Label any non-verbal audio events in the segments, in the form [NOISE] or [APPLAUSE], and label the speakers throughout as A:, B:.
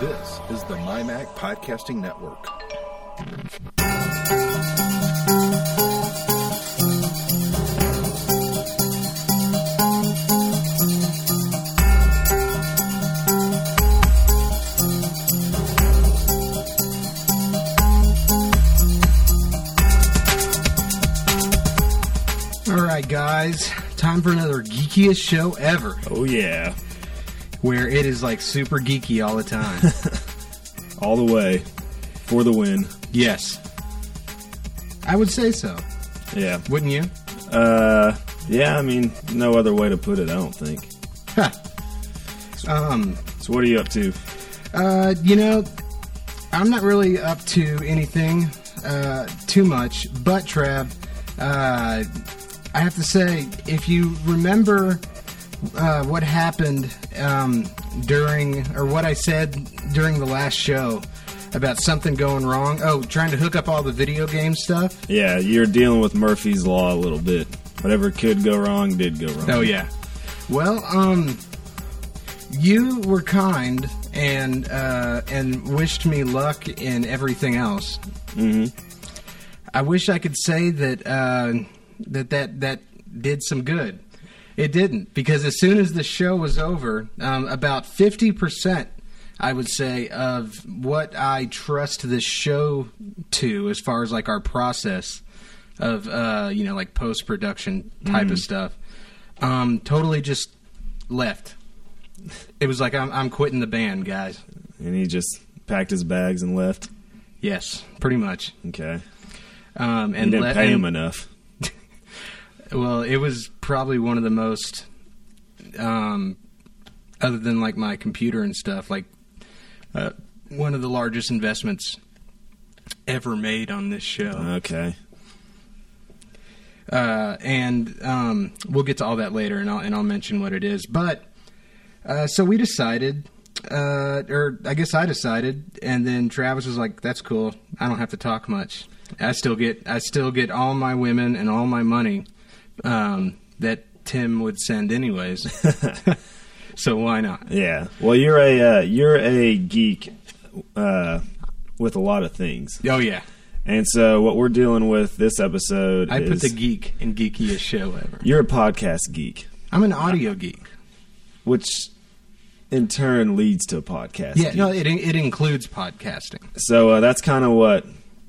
A: This is the MyMac Podcasting Network.
B: All right, guys, time for another geekiest show ever,
C: Oh yeah,
B: where it is like super geeky all the time.
C: all the way for the win.
B: yes, I would say so.
C: Yeah,
B: Wouldn't you?
C: uh, yeah. I mean, no other way to put it. I don't think.
B: Huh. Um,
C: So what are you up to?
B: uh, you know, I'm not really up to anything uh, too much, but Trav, uh, I have to say, if you remember uh, what happened um, during, or what I said during the last show about something going wrong, oh, trying to hook up all the video game stuff.
C: Yeah, you're dealing with Murphy's law a little bit. Whatever could go wrong did go wrong.
B: Oh yeah. Well, um, you were kind and uh, and wished me luck in everything else. Mm-hmm. I wish I could say that uh, that that that did some good. It didn't because as soon as the show was over, um, about fifty percent. I would say of what I trust this show to, as far as like our process of uh, you know like post production type
C: Mm-hmm.
B: of stuff, um, totally just left. It was like I'm I'm quitting the band, guys.
C: And he just packed his bags and left.
B: Yes, pretty much.
C: Okay.
B: Um,
C: You
B: and
C: didn't
B: let-
C: pay him
B: and-
C: enough.
B: well, it was probably one of the most, um, other than like my computer and stuff, like uh, one of the largest investments ever made on this show.
C: Okay.
B: Uh, and um, we'll get to all that later, and I'll and I'll mention what it is. But uh, so we decided. Uh, or I guess I decided, and then Travis was like, "That's cool. I don't have to talk much. I still get, I still get all my women and all my money um, that Tim would send
C: [LAUGHS]
B: anyways. so why not?
C: Yeah. Well, you're a uh, you're a geek uh, with a lot of things,
B: Oh yeah,
C: and so what we're dealing with this episode
B: I
C: is
B: put the geek in geekiest show ever.
C: you're a podcast geek,
B: I'm an audio geek.
C: which in turn leads to a podcast.
B: Yeah,
C: geek.
B: no, it it includes podcasting.
C: so uh, that's kind of what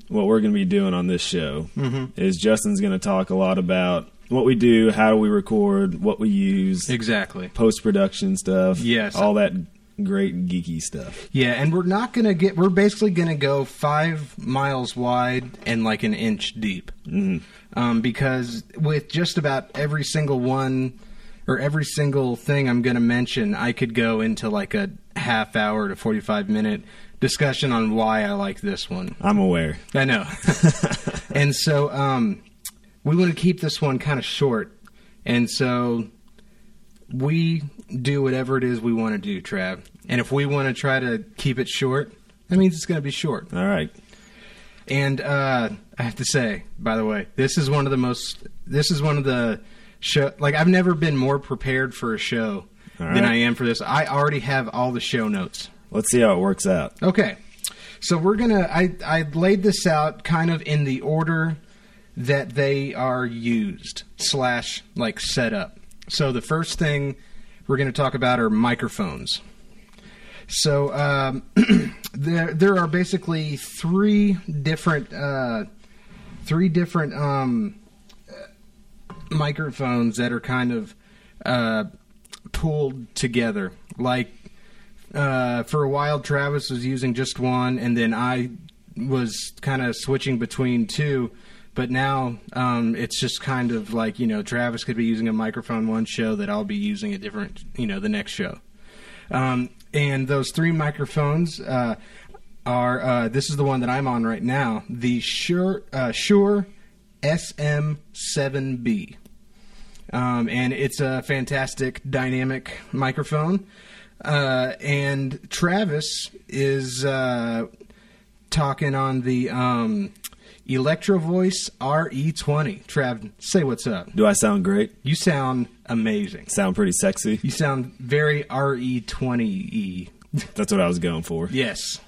C: what we're going to be doing on this show
B: Mm-hmm.
C: is Justin's going to talk a lot about what we do, how we record, what we use,
B: Exactly.
C: post production stuff,
B: Yes.
C: all that great geeky stuff.
B: Yeah, and we're not gonna get. We're basically gonna go five miles wide and like an inch deep, mm um, because with just about every single one or every single thing I'm gonna mention, I could go into like a half hour to forty five minute discussion on why I like this one.
C: I'm aware.
B: I know. [LAUGHS] and so um, we want to keep this one kind of short. And so we do whatever it is we want to do, Trav. And if we want to try to keep it short, that means it's going to be short.
C: All right.
B: And uh, I have to say, by the way, this is one of the most. This is one of the show. Like I've never been more prepared for a show
C: All
B: than
C: right.
B: I am for this. I already have all the show notes.
C: Let's see how it works out.
B: Okay. So we're going to I I laid this out kind of in the order that they are used slash like set up. So the first thing we're going to talk about are microphones. So um, [CLEARS THROAT] there there are basically three different uh, three different um, microphones that are kind of uh, pulled together. Like uh, for a while, Travis was using just one, and then I was kind of switching between two. But now um, it's just kind of like you know Travis could be using a microphone one show that I'll be using a different you know the next show. Um, and those three microphones uh, are uh, this is the one that I'm on right now the Shure uh, Shure SM7B um, and it's a fantastic dynamic microphone. Uh, and Travis is uh, talking on the um, Electro Voice RE20. Trav, say what's up.
C: Do I sound great?
B: You sound amazing.
C: Sound pretty sexy?
B: E You sound very RE20 y
C: That's what I was going for.
B: Yes.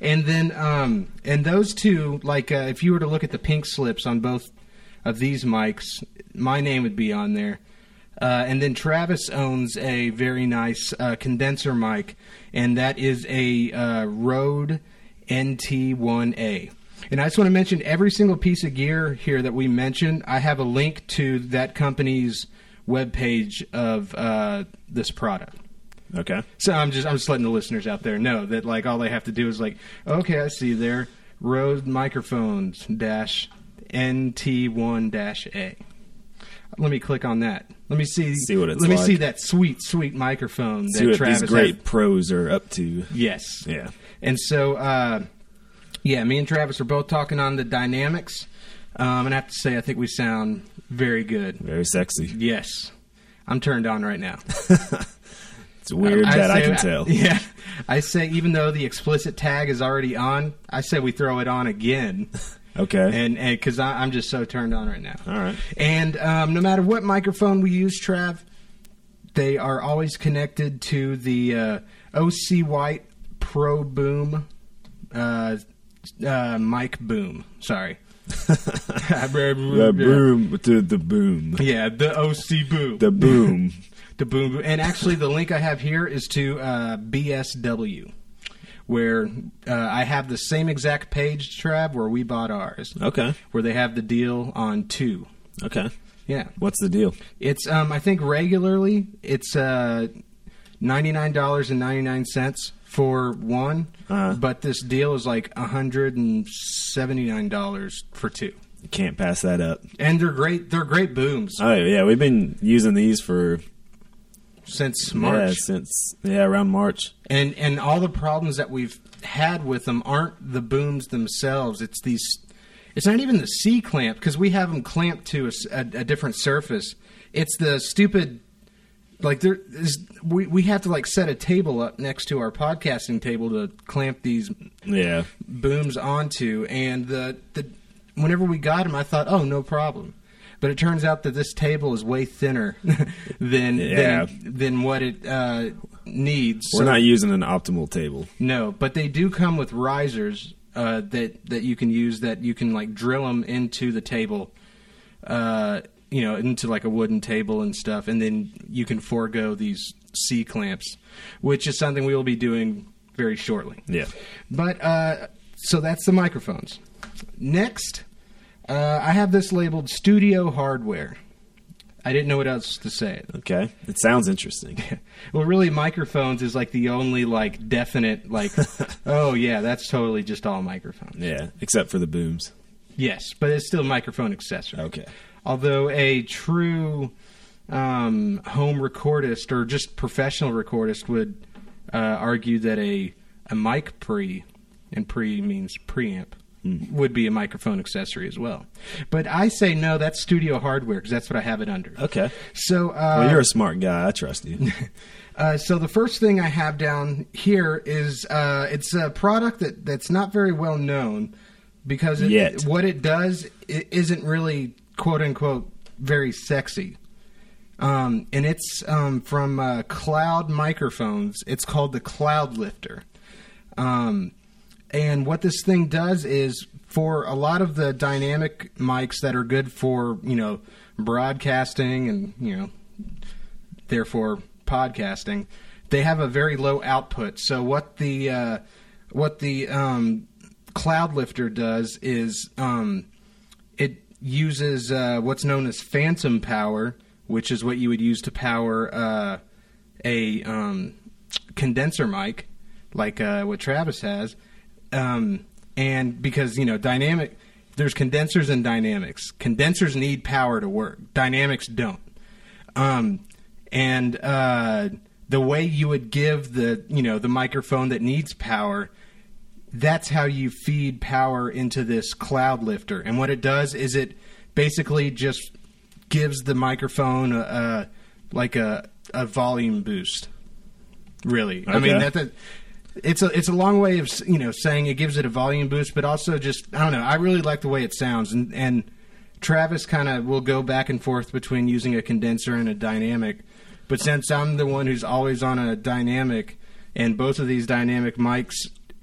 B: And then, um, and those two, like, uh, if you were to look at the pink slips on both of these mics, my name would be on there. Uh, and then Travis owns a very nice uh, condenser mic, and that is a uh, Rode NT1A. And I just want to mention every single piece of gear here that we mentioned, I have a link to that company's webpage of uh, this product.
C: Okay.
B: So I'm just I'm just letting the listeners out there know that like all they have to do is like, okay, I see there, Rode microphones dash NT1 dash A. Let me click on that. Let me see.
C: See what it's
B: Let me see
C: like.
B: that sweet sweet microphone
C: See
B: that
C: what
B: Travis
C: these great
B: had.
C: pros are up to.
B: Yes.
C: Yeah.
B: And so, uh, yeah, me and Travis are both talking on the dynamics, um, and I have to say, I think we sound very good.
C: Very sexy.
B: Yes, I'm turned on right now.
C: It's weird that I
B: say-
C: can
B: [LAUGHS]
C: tell.
B: Yeah, I say even though the explicit tag is already on, I say we throw it on
C: [LAUGHS]
B: again, [LAUGHS]
C: Okay.
B: and because I'm just so turned on right now.
C: All right.
B: And um, no matter what microphone we use, Trav, they are always connected to the uh, OC White Pro Boom uh, uh, mic boom.
C: [LAUGHS]
B: Sorry. [LAUGHS]
C: The boom to the boom.
B: Yeah, the OC boom.
C: The boom.
B: The boom, boom. And actually, the link I have here is to uh, BSW, where uh, I have the same exact page, Trav, where we bought ours,
C: [LAUGHS] Okay.
B: where they have the deal on two.
C: Okay.
B: Yeah.
C: What's the deal?
B: It's, um, I think regularly, it's uh, $99.99 for one,
C: Uh-huh.
B: but this deal is like $179 for two.
C: You can't pass that up.
B: And they're great. They're great booms
C: Oh yeah, we've been using these for
B: since March.
C: yeah since yeah around March.
B: and and all the problems that we've had with them aren't the booms themselves it's these it's not even the c clamp because we have them clamped to a, s- a- a different surface it's the stupid like there is we, we have to like set a table up next to our podcasting table to clamp these
C: Yeah.
B: booms onto and the the whenever we got them i thought oh no problem but it turns out that this table is way thinner [LAUGHS] than,
C: Yeah.
B: than than what it uh, needs
C: We're
B: So-
C: not using an optimal table.
B: no, but they do come with risers uh, that that you can use that you can like drill them into the table, uh, you know, into like a wooden table and stuff, and then you can forego these C clamps, which is something we will be doing very shortly.
C: Yeah.
B: But uh, so that's the microphones. Next, uh, I have this labeled studio hardware. I didn't know what else to say. It.
C: Okay. It sounds [LAUGHS] interesting.
B: Well, really, microphones is like the only like definite
C: [LAUGHS]
B: like. oh yeah, that's totally just all microphones.
C: Yeah. Except for the booms.
B: Yes, but it's still microphone accessory.
C: Okay.
B: Although a true um, home recordist or just professional recordist would uh, argue that a a mic pre and pre means preamp
C: Hmm.
B: would be a microphone accessory as well. But I say no, that's studio hardware because that's what I have it under.
C: Okay.
B: So uh,
C: Well, you're a smart guy. I trust [LAUGHS] you.
B: Uh, so the first thing I have down here is uh, it's a product that, that's not very well known because it,
C: Yet.
B: what it does it isn't really quote unquote very sexy. Um, and it's um, from uh, Cloud Microphones. It's called the Cloud Lifter. Um, and what this thing does is for a lot of the dynamic mics that are good for, you know, broadcasting and, you know, therefore podcasting, they have a very low output. So what the uh, what the um, cloud lifter does is um, it uses uh, what's known as phantom power, which is what you would use to power uh, a um, condenser mic, like uh, what Travis has, um, and because you know dynamic. There's condensers and dynamics. Condensers need power to work. Dynamics don't um, and uh, the way you would give the you know the microphone that needs power that's how you feed power into this cloud lifter and what it does is it basically just gives the microphone a, a like a, a volume boost really i mean
C: Okay.
B: that's a it's a it's a long way of you know saying it gives it a volume boost, but also just I don't know. I really like the way it sounds, and and Travis kind of will go back and forth between using a condenser and a dynamic. But since I'm the one who's always on a dynamic, and both of these dynamic mics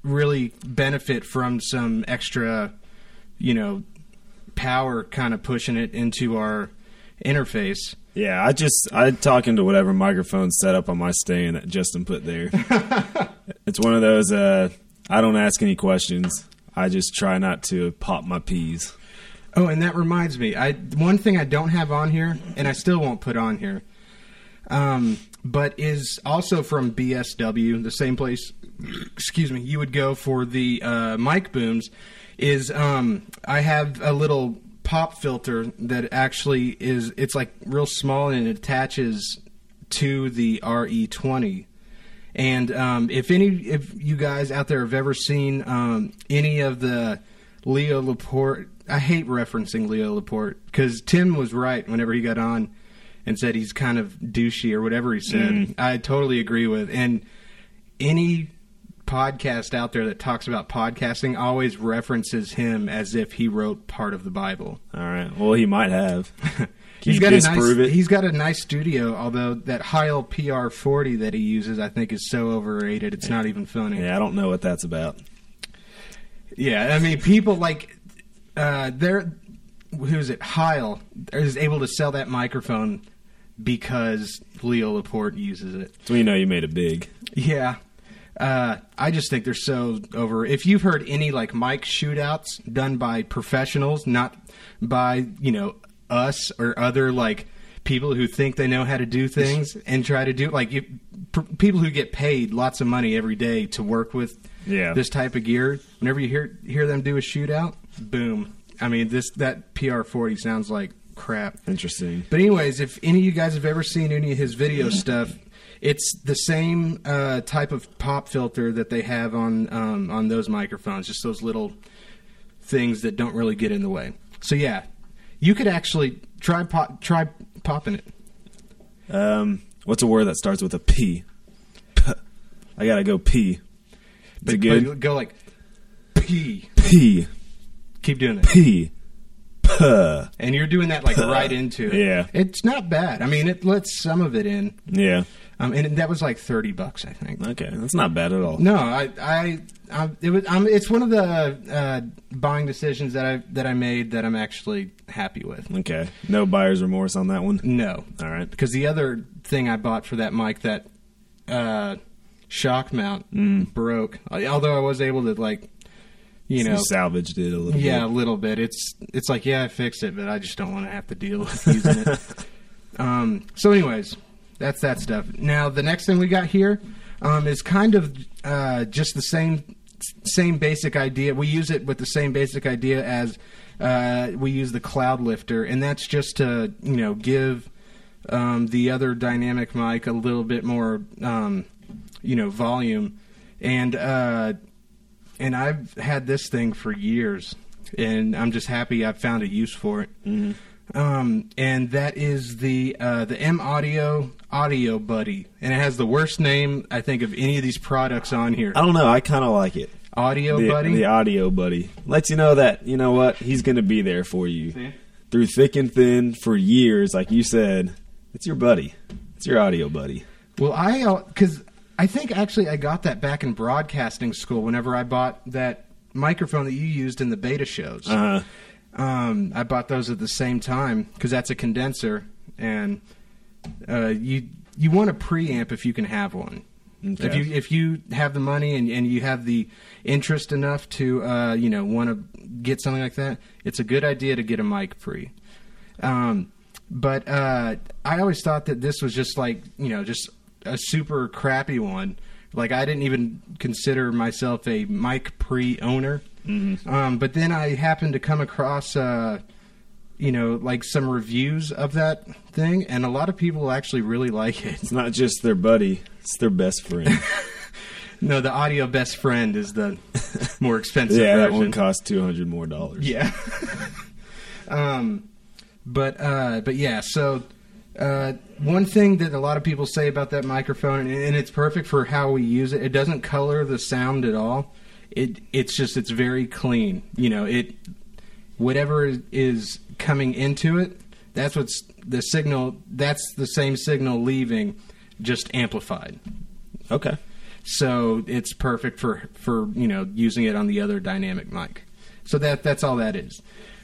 B: really benefit from some extra, you know, power kind of pushing it into our interface.
C: Yeah, I just I talk into whatever microphone set up on my stand that Justin
B: [LAUGHS]
C: put there. it's one of those uh I don't ask any questions. I just try not to pop my peas.
B: Oh, and that reminds me, I one thing I don't have on here, and I still won't put on here, um, but is also from BSW, the same place. Excuse me, you would go for the uh, mic booms. Is um, I have a little pop filter that actually is it's like real small and it attaches to the E RE20. And um, if any, if you guys out there have ever seen um, any of the Leo Laporte, I hate referencing Leo Laporte because Tim was right whenever he got on and said he's kind of douchey or whatever he said. I totally agree with. And any podcast out there that talks about podcasting always references him as if he wrote part of the Bible.
C: All right. Well, he might have. Can
B: [LAUGHS] He's
C: you
B: got a nice.
C: disprove it?
B: He's got a nice studio. Although that Heil PR40 that he uses, I think, is so overrated. It's not even funny.
C: Yeah, I don't know what that's about.
B: Yeah, I mean, people like uh, they're who's it? Heil is able to sell that microphone because Leo Laporte uses it.
C: So you know you made it big.
B: Yeah, uh, I just think they're so over. If you've heard any like mic shootouts done by professionals, not by you know us or other like people who think they know how to do things and try to do like you, pr- people who get paid lots of money every day to work with
C: Yeah.
B: this type of gear. Whenever you hear hear them do a shootout, boom. I mean this that PR forty sounds like crap.
C: Interesting.
B: But anyways, if any of you guys have ever seen any of his video
C: Mm.
B: stuff, it's the same uh, type of pop filter that they have on um, on those microphones. Just those little things that don't really get in the way. So yeah, you could actually try pop, try popping it.
C: Um, what's a word that starts with a P? P. I gotta go P. Is it good?
B: But go like p.
C: P.
B: Keep doing it,
C: P. P.
B: and you're doing that like
C: [LAUGHS]
B: right into it.
C: Yeah.
B: it's not bad. I mean, it lets some of it in,
C: Yeah.
B: um, and that was like thirty bucks, I think.
C: Okay, that's not bad at all.
B: No, I, I, I it was, I'm, it's one of the uh, buying decisions that I that I made that I'm actually happy with.
C: Okay, no buyer's remorse on that one.
B: No,
C: All right.
B: because the other thing I bought for that mic, that uh, shock mount,
C: Mm.
B: broke. I- Although I was able to like, you
C: So
B: know,
C: salvaged it a little
B: yeah, a
C: bit.
B: little bit. It's it's like yeah, I fixed it, but I just don't want to have to deal with [LAUGHS] using it. Um, so, anyways, that's that stuff. Now, the next thing we got here um, is kind of uh, just the same same basic idea. We use it with the same basic idea as uh, we use the cloud lifter, and that's just to you know give um, the other dynamic mic a little bit more um, you know volume and. Uh, and I've had this thing for years, and I'm just happy I've found a use for it.
C: Mm-hmm.
B: Um, and that is the uh, the M Audio Audio Buddy, and it has the worst name I think of any of these products on here.
C: I don't know. I kind of like it.
B: Audio
C: The,
B: Buddy.
C: the audio buddy lets you know that you know what he's going to be there for you
B: See?
C: through thick and thin for years. Like you said, it's your buddy. It's your audio buddy.
B: Well, I because I think actually I got that back in broadcasting school whenever I bought that microphone that you used in the beta shows.
C: Uh,
B: Um, I bought those at the same time because that's a condenser, and uh, you you want a preamp if you can have one.
C: Okay.
B: If you if you have the money and, and you have the interest enough to uh, you know want to get something like that, it's a good idea to get a mic pre. Um, but uh, I always thought that this was just like you know just a super crappy one. Like I didn't even consider myself a mic pre owner. Um, but then I happened to come across uh, you know like some reviews of that thing, and a lot of people actually really like it. [LAUGHS]
C: it's not just their buddy; it's their best friend.
B: No, the audio best friend is the [LAUGHS] more expensive
C: [LAUGHS] yeah, that
B: version.
C: one costs two hundred more dollars.
B: Yeah. [LAUGHS] um, but uh, but yeah. So uh, one thing that a lot of people say about that microphone, and, and it's perfect for how we use it. It doesn't color the sound at all. It it's just it's very clean. You know, it whatever is coming into it, that's what's the signal. That's the same signal leaving, just amplified.
C: Okay.
B: so it's perfect for for you know using it on the other dynamic mic. So that that's all that is.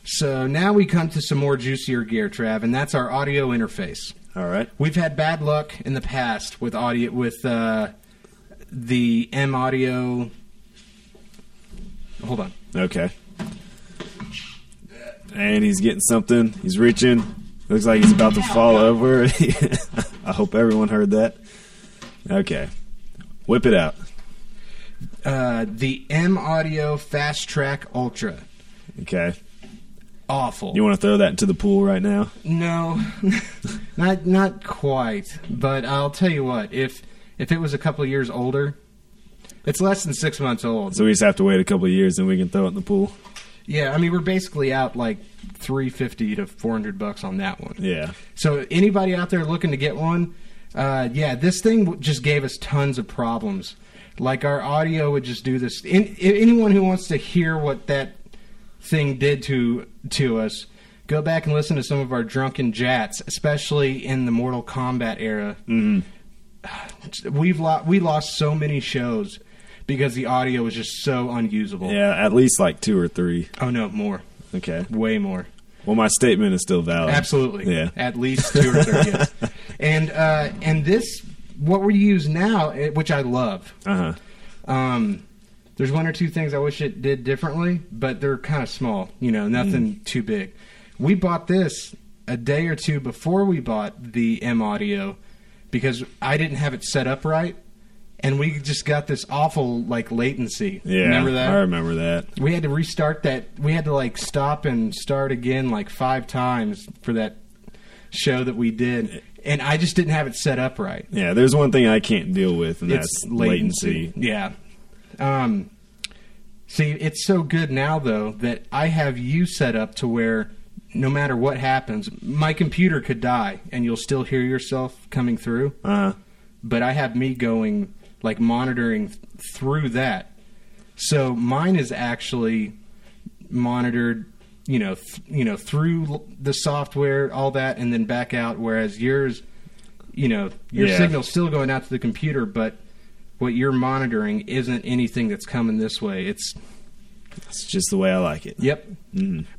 B: So now we come to some more juicier gear, Trav, and that's our audio interface.
C: All right.
B: We've had bad luck in the past with audio with uh, the M Audio. Hold on.
C: Okay. And he's getting something. He's reaching. Looks like he's about to fall over. [LAUGHS] I hope everyone heard that. Okay. Whip it out.
B: Uh, the M Audio Fast Track Ultra.
C: Okay.
B: Awful.
C: You want to throw that into the pool right now?
B: No, [LAUGHS] not not quite. But I'll tell you what. If if it was a couple of years older, it's less than six months old.
C: So we just have to wait a couple of years and we can throw it in the pool.
B: Yeah, I mean we're basically out like three fifty to four hundred bucks on that one.
C: Yeah.
B: So anybody out there looking to get one, uh, yeah, this thing w- just gave us tons of problems. Like our audio would just do this. In, i- anyone who wants to hear what that thing did to to us, go back and listen to some of our drunken jats, especially in the Mortal Kombat era. [SIGHS]
C: Mm-hmm.
B: We've lo- we lost so many shows because the audio was just so unusable.
C: Yeah, at least like two or three.
B: Oh no, more,
C: Okay.
B: way more.
C: Well, my statement is still valid.
B: Absolutely.
C: Oh. Yeah.
B: At least two or three.
C: [LAUGHS]
B: yes. And uh, and this what we use now, eh, which I love.
C: Uh huh.
B: Um, there's one or two things I wish it did differently, but they're kind of small. You know, nothing
C: Mm.
B: too big. We bought this a day or two before we bought the M Audio because I didn't have it set up right. And we just got this awful like latency.
C: Yeah.
B: remember that?
C: I remember that.
B: We had to restart that. We had to like stop and start again like five times for that show that we did, and I just didn't have it set up right.
C: Yeah, there's one thing I can't deal with, and
B: It's
C: that's latency.
B: Yeah. Um, see, it's so good now though that I have you set up to where no matter what happens, my computer could die and you'll still hear yourself coming through.
C: Uh huh.
B: but I have me going like monitoring th- through that. So mine is actually monitored, you know, th- you know through l- the software, all that, and then back out. Whereas yours, you know, your
C: Yeah.
B: signal's still going out to the computer, but what you're monitoring isn't anything that's coming this way. It's
C: It's just the way I like it.
B: yep.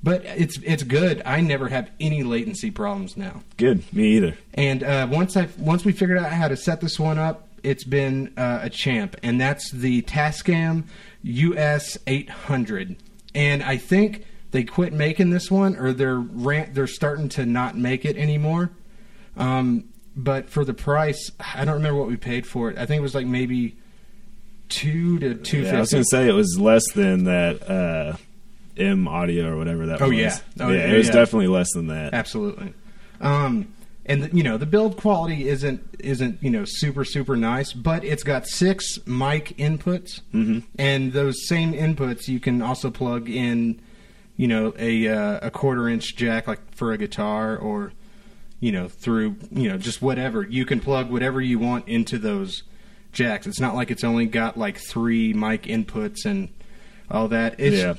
B: But it's it's good. I never have any latency problems now.
C: Good. Me either.
B: And uh, once I once we figured out how to set this one up, it's been uh, a champ, and that's the Tascam US 800. And I think they quit making this one, or they're rant, they're starting to not make it anymore. Um, but for the price, I don't remember what we paid for it. I think it was like maybe two to two
C: Yeah, I was
B: fifty.
C: gonna say it was less than that uh, M audio or whatever that
B: Oh,
C: was.
B: yeah. Oh,
C: yeah,
B: yeah,
C: it was
B: yeah.
C: definitely less than that.
B: Absolutely. Um, and the, you know the build quality isn't isn't you know super super nice, but it's got six mic inputs, and those same inputs you can also plug in, you know, a uh, a quarter inch jack like for a guitar or, you know, through you know just whatever you can plug whatever you want into those jacks. It's not like it's only got like three mic inputs and all that. It's
C: yeah,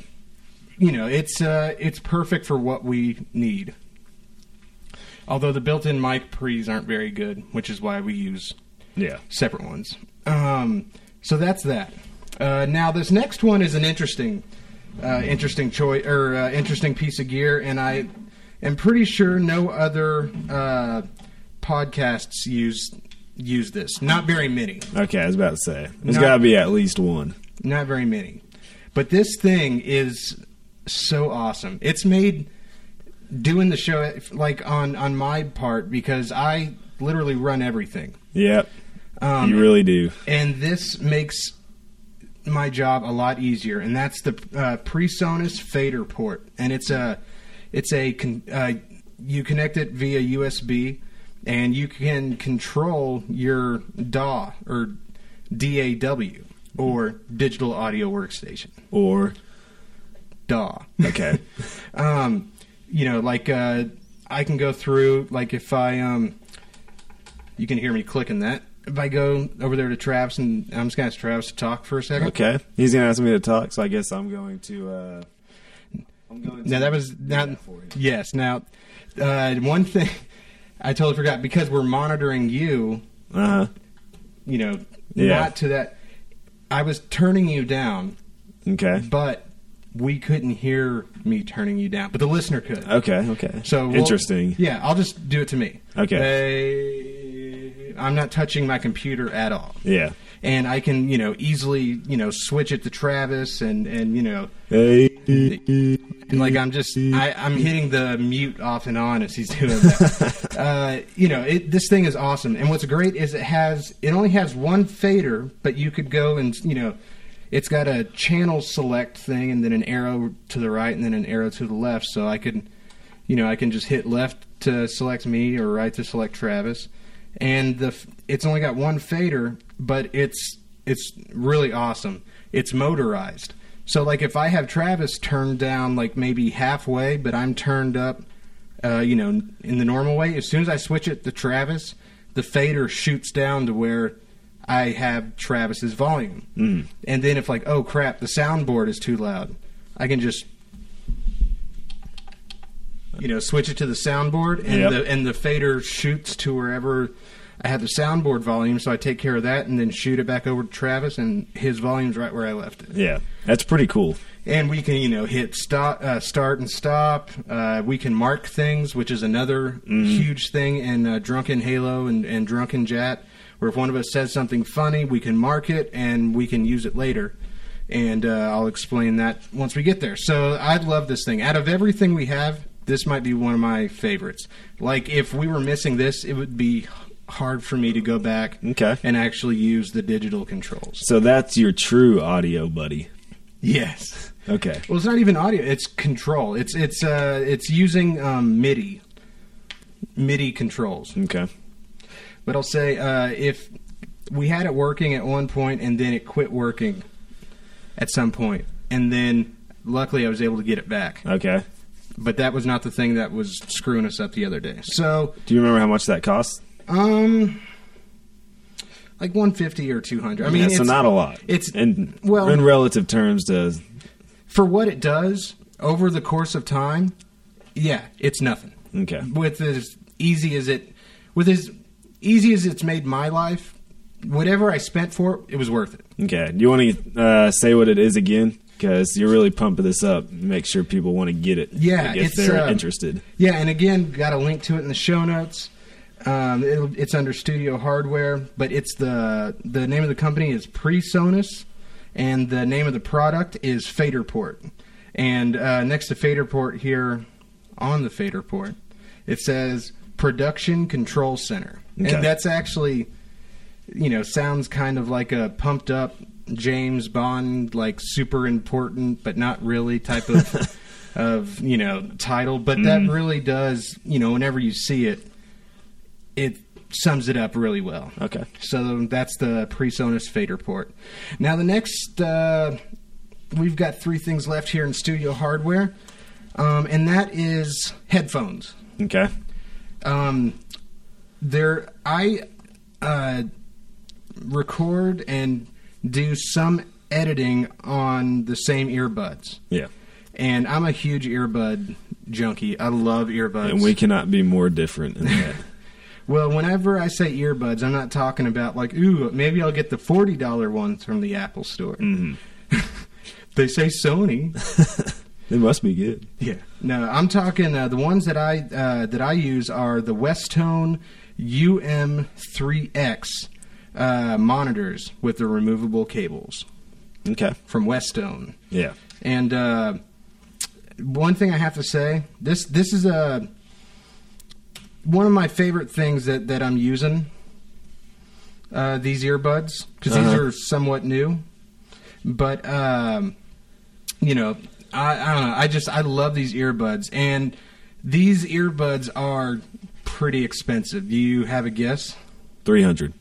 B: you know, it's uh, it's perfect for what we need. Although the built-in mic pre's aren't very good, which is why we use
C: yeah.
B: separate ones. Um, so that's that. Uh, now this next one is an interesting, uh, interesting choice or uh, interesting piece of gear, and I am pretty sure no other uh, podcasts use use this. Not very many.
C: Okay, I was about to say there's
B: No.
C: got to be at least one.
B: Not very many. But this thing is so awesome. It's made doing the show like on on my part because I literally run everything.
C: Yep,
B: Um,
C: you really do.
B: and this makes my job a lot easier and that's the uh, PreSonus fader port and it's a it's a con- uh, you connect it via USB and you can control your DAW or DAW or digital audio workstation
C: Or
B: DAW
C: okay, [LAUGHS]
B: um, you know, like uh, I can go through, like if I, um, you can hear me clicking that. If I go over there to Travis and I'm just gonna ask Travis to talk for a second.
C: okay. He's gonna ask me to talk, so I guess I'm going to. Uh, I'm going.
B: Now that was
C: do
B: now,
C: that for you.
B: yes. Now, uh, one thing I totally forgot because we're monitoring you.
C: Uh huh.
B: You know,
C: Yeah.
B: not to that. I was turning you down,
C: Okay.
B: but we couldn't hear me turning you down, but the listener could.
C: Okay. Okay.
B: So we'll-
C: interesting.
B: Yeah, I'll just do it to me.
C: Okay.
B: They- I'm not touching my computer at all,
C: Yeah.
B: and I can you know easily you know switch it to Travis and and you know
C: Hey.
B: and, like I'm just I, I'm hitting the mute off and on as he's doing that. uh, you know, it, this thing is awesome, and what's great is it has it only has one fader, but you could go and you know, it's got a channel select thing, and then an arrow to the right, and then an arrow to the left. So I could, you know, I can just hit left to select me or right to select Travis, and the f- it's only got one fader, but it's it's really awesome. It's motorized. So like if I have Travis turned down like maybe halfway, but I'm turned up, uh, you know, in the normal way. As soon as I switch it to Travis, the fader shoots down to where I have Travis's volume. Mm. And then if like oh crap, the soundboard is too loud, I can just you know switch it to the soundboard, and
C: Yep.
B: the and the fader shoots to wherever. I have the soundboard volume, so I take care of that, and then shoot it back over to Travis, and his volume's right where I left it
C: Yeah. That's pretty cool.
B: and we can you know hit stop uh, start and stop uh, we can mark things which is another huge thing in uh, drunken halo and, and drunken jat where if one of us says something funny we can mark it and we can use it later and uh, i'll explain that once we get there so i love this thing out of everything we have this might be one of my favorites like if we were missing this it would be h- hard for me to go back
C: Okay.
B: and actually use the digital controls
C: So that's your true audio buddy.
B: yes
C: Okay.
B: Well, it's not even audio. It's control. It's it's uh it's using um, MIDI, MIDI controls.
C: Okay.
B: But I'll say uh, if we had it working at one point and then it quit working at some point, and then luckily I was able to get it back.
C: Okay.
B: But that was not the thing that was screwing us up the other day. So
C: Do you remember how much that cost?
B: um, like one fifty or two hundred. I mean,
C: yeah,
B: it's,
C: so not a lot.
B: it's-
C: in
B: well-
C: in relative terms uh, to
B: for what it does over the course of time. Yeah, it's nothing.
C: okay.
B: with as easy as it with as easy as it's made my life whatever i spent for it it was worth it
C: Okay. Do you want to uh, say what it is again? Because you're really pumping this up. Make sure people want to get it.
B: Yeah,
C: like, if
B: it's,
C: they're
B: uh,
C: interested.
B: yeah and again got a link to it in the show notes um, it'll, it's under studio hardware but it's the the name of the company is presonus and the name of the product is faderport and uh, next to faderport here on the faderport it says production control center
C: Okay.
B: and that's actually you know, sounds kind of like a pumped up James Bond, like super important but not really type of of you know title. But that really does, you know, whenever you see it, it sums it up really well.
C: Okay.
B: So that's the PreSonus fader port. Now the next, uh, we've got three things left here in studio hardware, um, and that is headphones
C: Okay.
B: um, there I uh, record and do some editing on the same earbuds,
C: Yeah.
B: and I'm a huge earbud junkie. I love earbuds.
C: And we cannot be more different
B: [LAUGHS]
C: in that.
B: well, whenever I say earbuds, I'm not talking about like, ooh, maybe I'll get the forty dollar ones from the Apple Store.
C: Mm-hmm.
B: [LAUGHS] they say
C: [LAUGHS]
B: Sony.
C: they must be good.
B: Yeah. No, I'm talking uh, the ones that I uh, that I use are the Westone UM3X uh, monitors with the removable cables
C: Okay.
B: from Westone.
C: Yeah.
B: And uh, one thing I have to say this this is a one of my favorite things that that I'm using uh, these earbuds because these
C: Uh-huh.
B: are somewhat new, but um, you know I, I don't know I just I love these earbuds and these earbuds are pretty expensive. Do you have a guess?
C: Three hundred.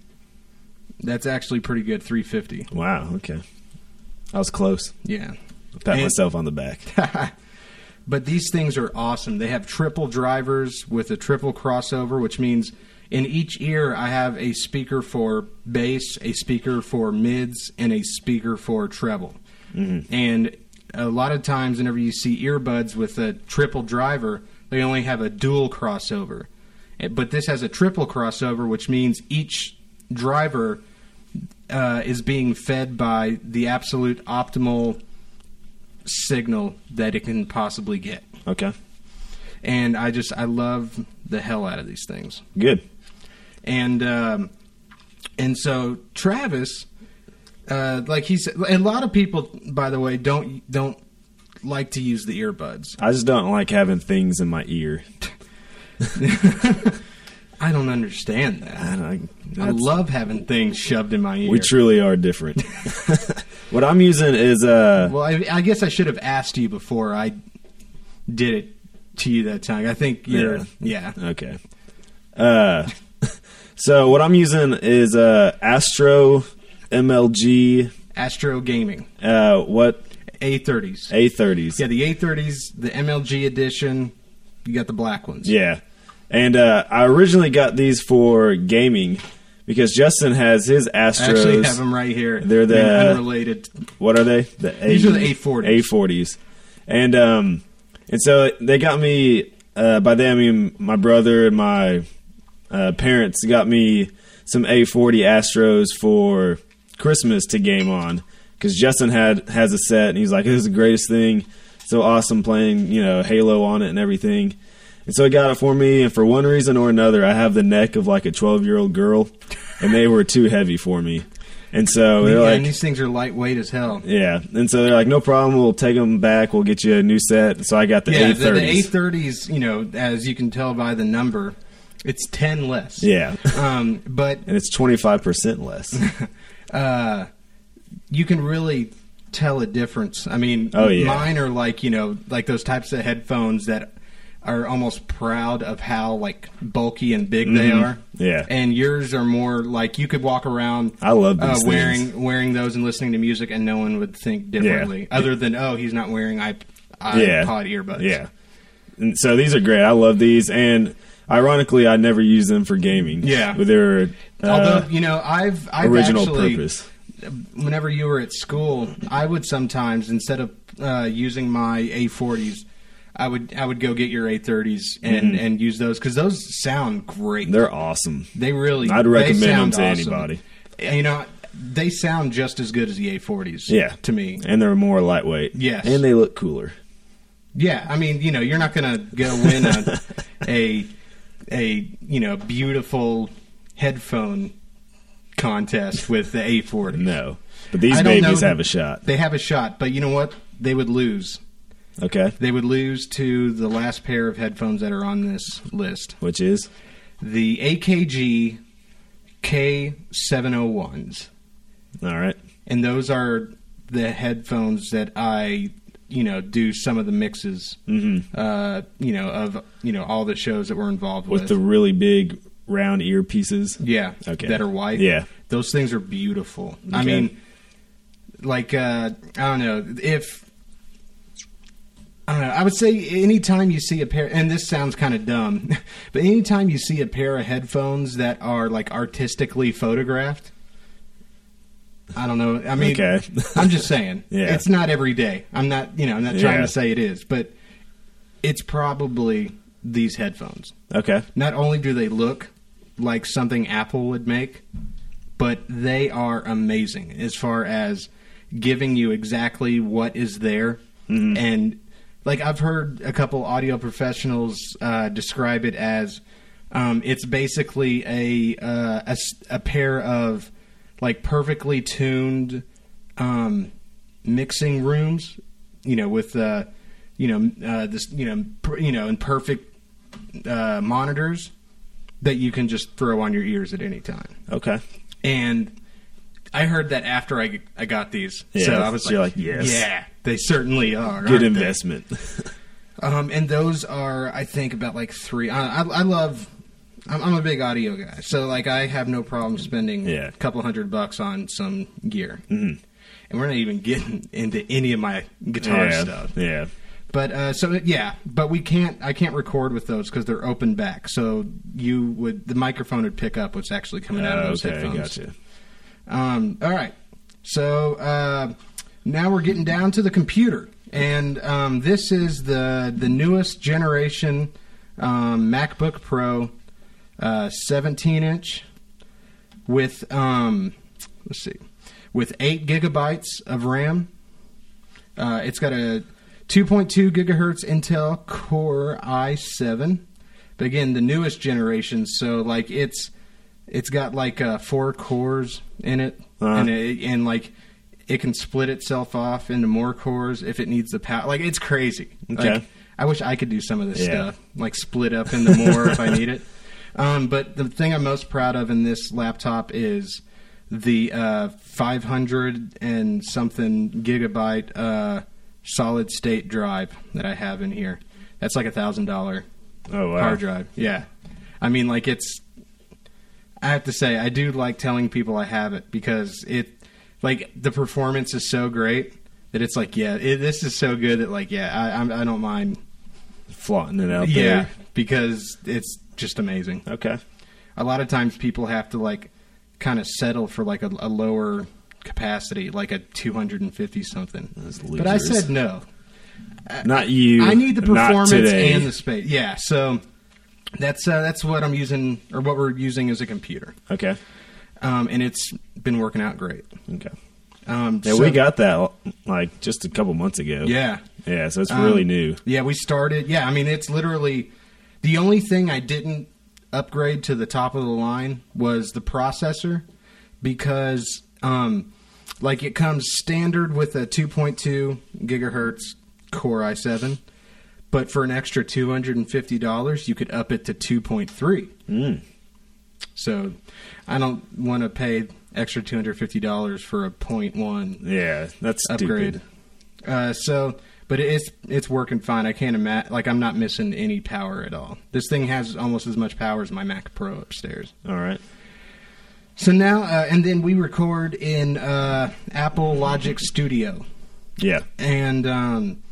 B: That's actually pretty good, three fifty.
C: Wow. Okay. I was close.
B: Yeah.
C: Pat
B: And-
C: myself on the back.
B: but these things are awesome. They have triple drivers with a triple crossover, which means in each ear I have a speaker for bass, a speaker for mids, and a speaker for treble. And a lot of times, whenever you see earbuds with a triple driver, they only have a dual crossover. Eh, But this has a triple crossover, which means each driver uh, is being fed by the absolute optimal signal that it can possibly get.
C: Okay.
B: And I just I love the hell out of these things.
C: Good.
B: and um, and so Travis, uh, like he said, a lot of people, by the way, don't don't like to use the earbuds.
C: I just don't like having things in my ear. [LAUGHS]
B: I don't understand that.
C: I, don't-
B: I
C: that's-
B: love having things shoved in my ear.
C: We truly
B: [LAUGHS]
C: are different. what I'm using is uh
B: well, I, I guess I should have asked you before I did it to you that time. I think you're yeah.
C: okay. Uh, so what I'm using is uh Astro MLG.
B: Astro Gaming
C: Uh, what
B: A30s.
C: A30s?
B: yeah, the A30s, the MLG edition. You got the black ones.
C: Yeah. And uh, I originally got these for gaming because Justin has his Astros.
B: I actually have them right here.
C: They're the-
B: unrelated
C: What are they? The A-
B: These are the A40s.
C: A40s. And um, and so they got me. Uh, by them, I mean my brother and my uh, parents got me some A40 Astros for Christmas to game on because Justin had has a set and he's like, "This is the greatest thing, so awesome playing you know Halo on it and everything." And so he got it for me, and for one reason or another, I have the neck of like a twelve year old girl, and they were too heavy for me.
B: [LAUGHS]
C: And so they're
B: Yeah,
C: like,
B: and these things are lightweight as hell.
C: yeah, and so they're like, "No problem, we'll take them back. We'll get you a new set." So I got the
B: yeah, the,
C: A
B: the
C: thirties.
B: A30s, you know, as you can tell by the number, it's 10 less.
C: Yeah,
B: Um, but
C: and it's twenty five percent
B: [LAUGHS]
C: less.
B: uh, you can really tell a difference. I mean,
C: Oh, yeah.
B: mine are like, you know, like those types of headphones that are almost proud of how like bulky and big they
C: Mhm.
B: are.
C: Yeah.
B: And yours are more like you could walk around
C: I love
B: uh,
C: these things.
B: wearing wearing those and listening to music and no one would think differently other than oh, he's not wearing iP- iPod
C: Yeah.
B: earbuds.
C: Yeah, and so these are great. I love these, and ironically, I never use them for gaming.
B: Yeah.
C: but they're uh,
B: Although you know, I've I've
C: original
B: actually,
C: purpose.
B: Whenever you were at school, I would sometimes instead of uh, using my A40s, I would I would go get your A30s and and use those because those sound great.
C: Mm-hmm. They're awesome.
B: they really.
C: I'd
B: they
C: recommend
B: sound
C: them to
B: awesome.
C: anybody.
B: And, You know, they sound just as good as the A40s.
C: Yeah,
B: to me.
C: and they're more lightweight.
B: Yes.
C: and they look cooler.
B: Yeah, I mean, you know, you're not gonna go win
C: [LAUGHS]
B: a a a you know beautiful headphone contest with the A40.
C: No, but these
B: I don't
C: babies
B: know-
C: have a shot.
B: They have a shot, but you know what? They would lose.
C: Okay,
B: They would lose to the last pair of headphones that are on this list
C: which is
B: the AKG K701s.
C: all right.
B: And those are the headphones that I, you know, do some of the mixes, uh, you know, of, you know, all the shows that we're involved with.
C: With the really big round earpieces.
B: Yeah.
C: Okay.
B: That are white.
C: Yeah.
B: Those things are beautiful. I
C: Okay.
B: mean, like uh, I don't know if I don't know. I would say anytime you see a pair, and this sounds kind of dumb, [LAUGHS] but anytime you see a pair of headphones that are like artistically photographed. I don't know. I mean,
C: Okay.
B: I'm just saying.
C: [LAUGHS] Yeah.
B: It's not every day. I'm not, you know, I'm not trying
C: Yeah.
B: to say it is, but it's probably these headphones
C: Okay.
B: not only do they look like something Apple would make, but they are amazing as far as giving you exactly what is there. And like I've heard a couple audio professionals uh, describe it as um, it's basically a, uh, a s- a pair of like perfectly tuned um, mixing rooms, you know, with uh, you know uh, this you know per, you know in perfect uh, monitors that you can just throw on your ears at any time.
C: Okay.
B: And I heard that after I, I got these,
C: Yeah,
B: so I was
C: you're
B: like,
C: like, yes.
B: yeah, they certainly are. aren't
C: Good
B: they?"
C: investment.
B: Um, and those are, I think, about like three. I, I, I love. I'm, I'm a big audio guy, so like I have no problem spending
C: Yeah.
B: a couple hundred bucks on some gear. Mm-hmm. And we're not even getting into any of my guitar
C: [LAUGHS] yeah.
B: stuff.
C: Yeah.
B: But uh, so yeah, but we can't. I can't record with those because they're open back. So you would the microphone would pick up what's actually coming out of
C: Uh,
B: those
C: okay,
B: headphones.
C: gotcha.
B: Um, all right. So uh, now we're getting down to the computer, and um, this is the the newest generation um, MacBook Pro, uh, 17 inch, with um, Let's see. With 8 gigabytes of RAM, uh, it's got a 2.2 gigahertz Intel Core i7. But again, the newest generation, so like it's it's got like uh, four cores in it,
C: Uh-huh.
B: and it, and like it can split itself off into more cores if it needs the power. Like it's crazy.
C: Okay.
B: Like, I wish I could do some of this
C: Yeah.
B: stuff, like split up into more if I need it. Um, but the thing I'm most proud of in this laptop is the uh, 500 and something gigabyte uh, solid state drive that I have in here. That's like a thousand dollar
C: Oh wow.
B: hard drive. Yeah, I mean, like it's. I have to say, I do like telling people I have it because it, like, the performance is so great that it's like, yeah, it, this is so good that like, yeah, I I'm, I don't mind.
C: Flaunting it out
B: Yeah,
C: there.
B: because it's just amazing.
C: Okay.
B: A lot of times people have to like kind of settle for like a, a lower capacity, like a 250 something.
C: Those
B: But I
C: losers.
B: said no.
C: Not you.
B: Uh, I need the
C: Not
B: performance
C: today.
B: and the space. Yeah, so that's uh, that's what I'm using or what we're using as a computer,
C: Okay.
B: um, and it's been working out great.
C: Okay.
B: Um,
C: Yeah,
B: so-
C: we got that like just a couple months ago.
B: yeah,
C: Yeah, so it's
B: Um,
C: really new.
B: Yeah, we started. Yeah, I mean it's literally the only thing I didn't upgrade to the top of the line was the processor because um, like it comes standard with a 2.2 gigahertz Core i7, but for an extra two hundred and fifty dollars, you could up it to 2.3.
C: Mm.
B: So I don't want to pay extra two hundred fifty dollars for a 0.1
C: Yeah, that's
B: upgrade.
C: stupid.
B: Uh, so, but it's it's working fine. I can't imagine like I'm not missing any power at all. This thing has almost as much power as my Mac Pro upstairs.
C: All right.
B: So now uh, and then we record in uh, Apple Logic Studio,
C: Yeah.
B: and um,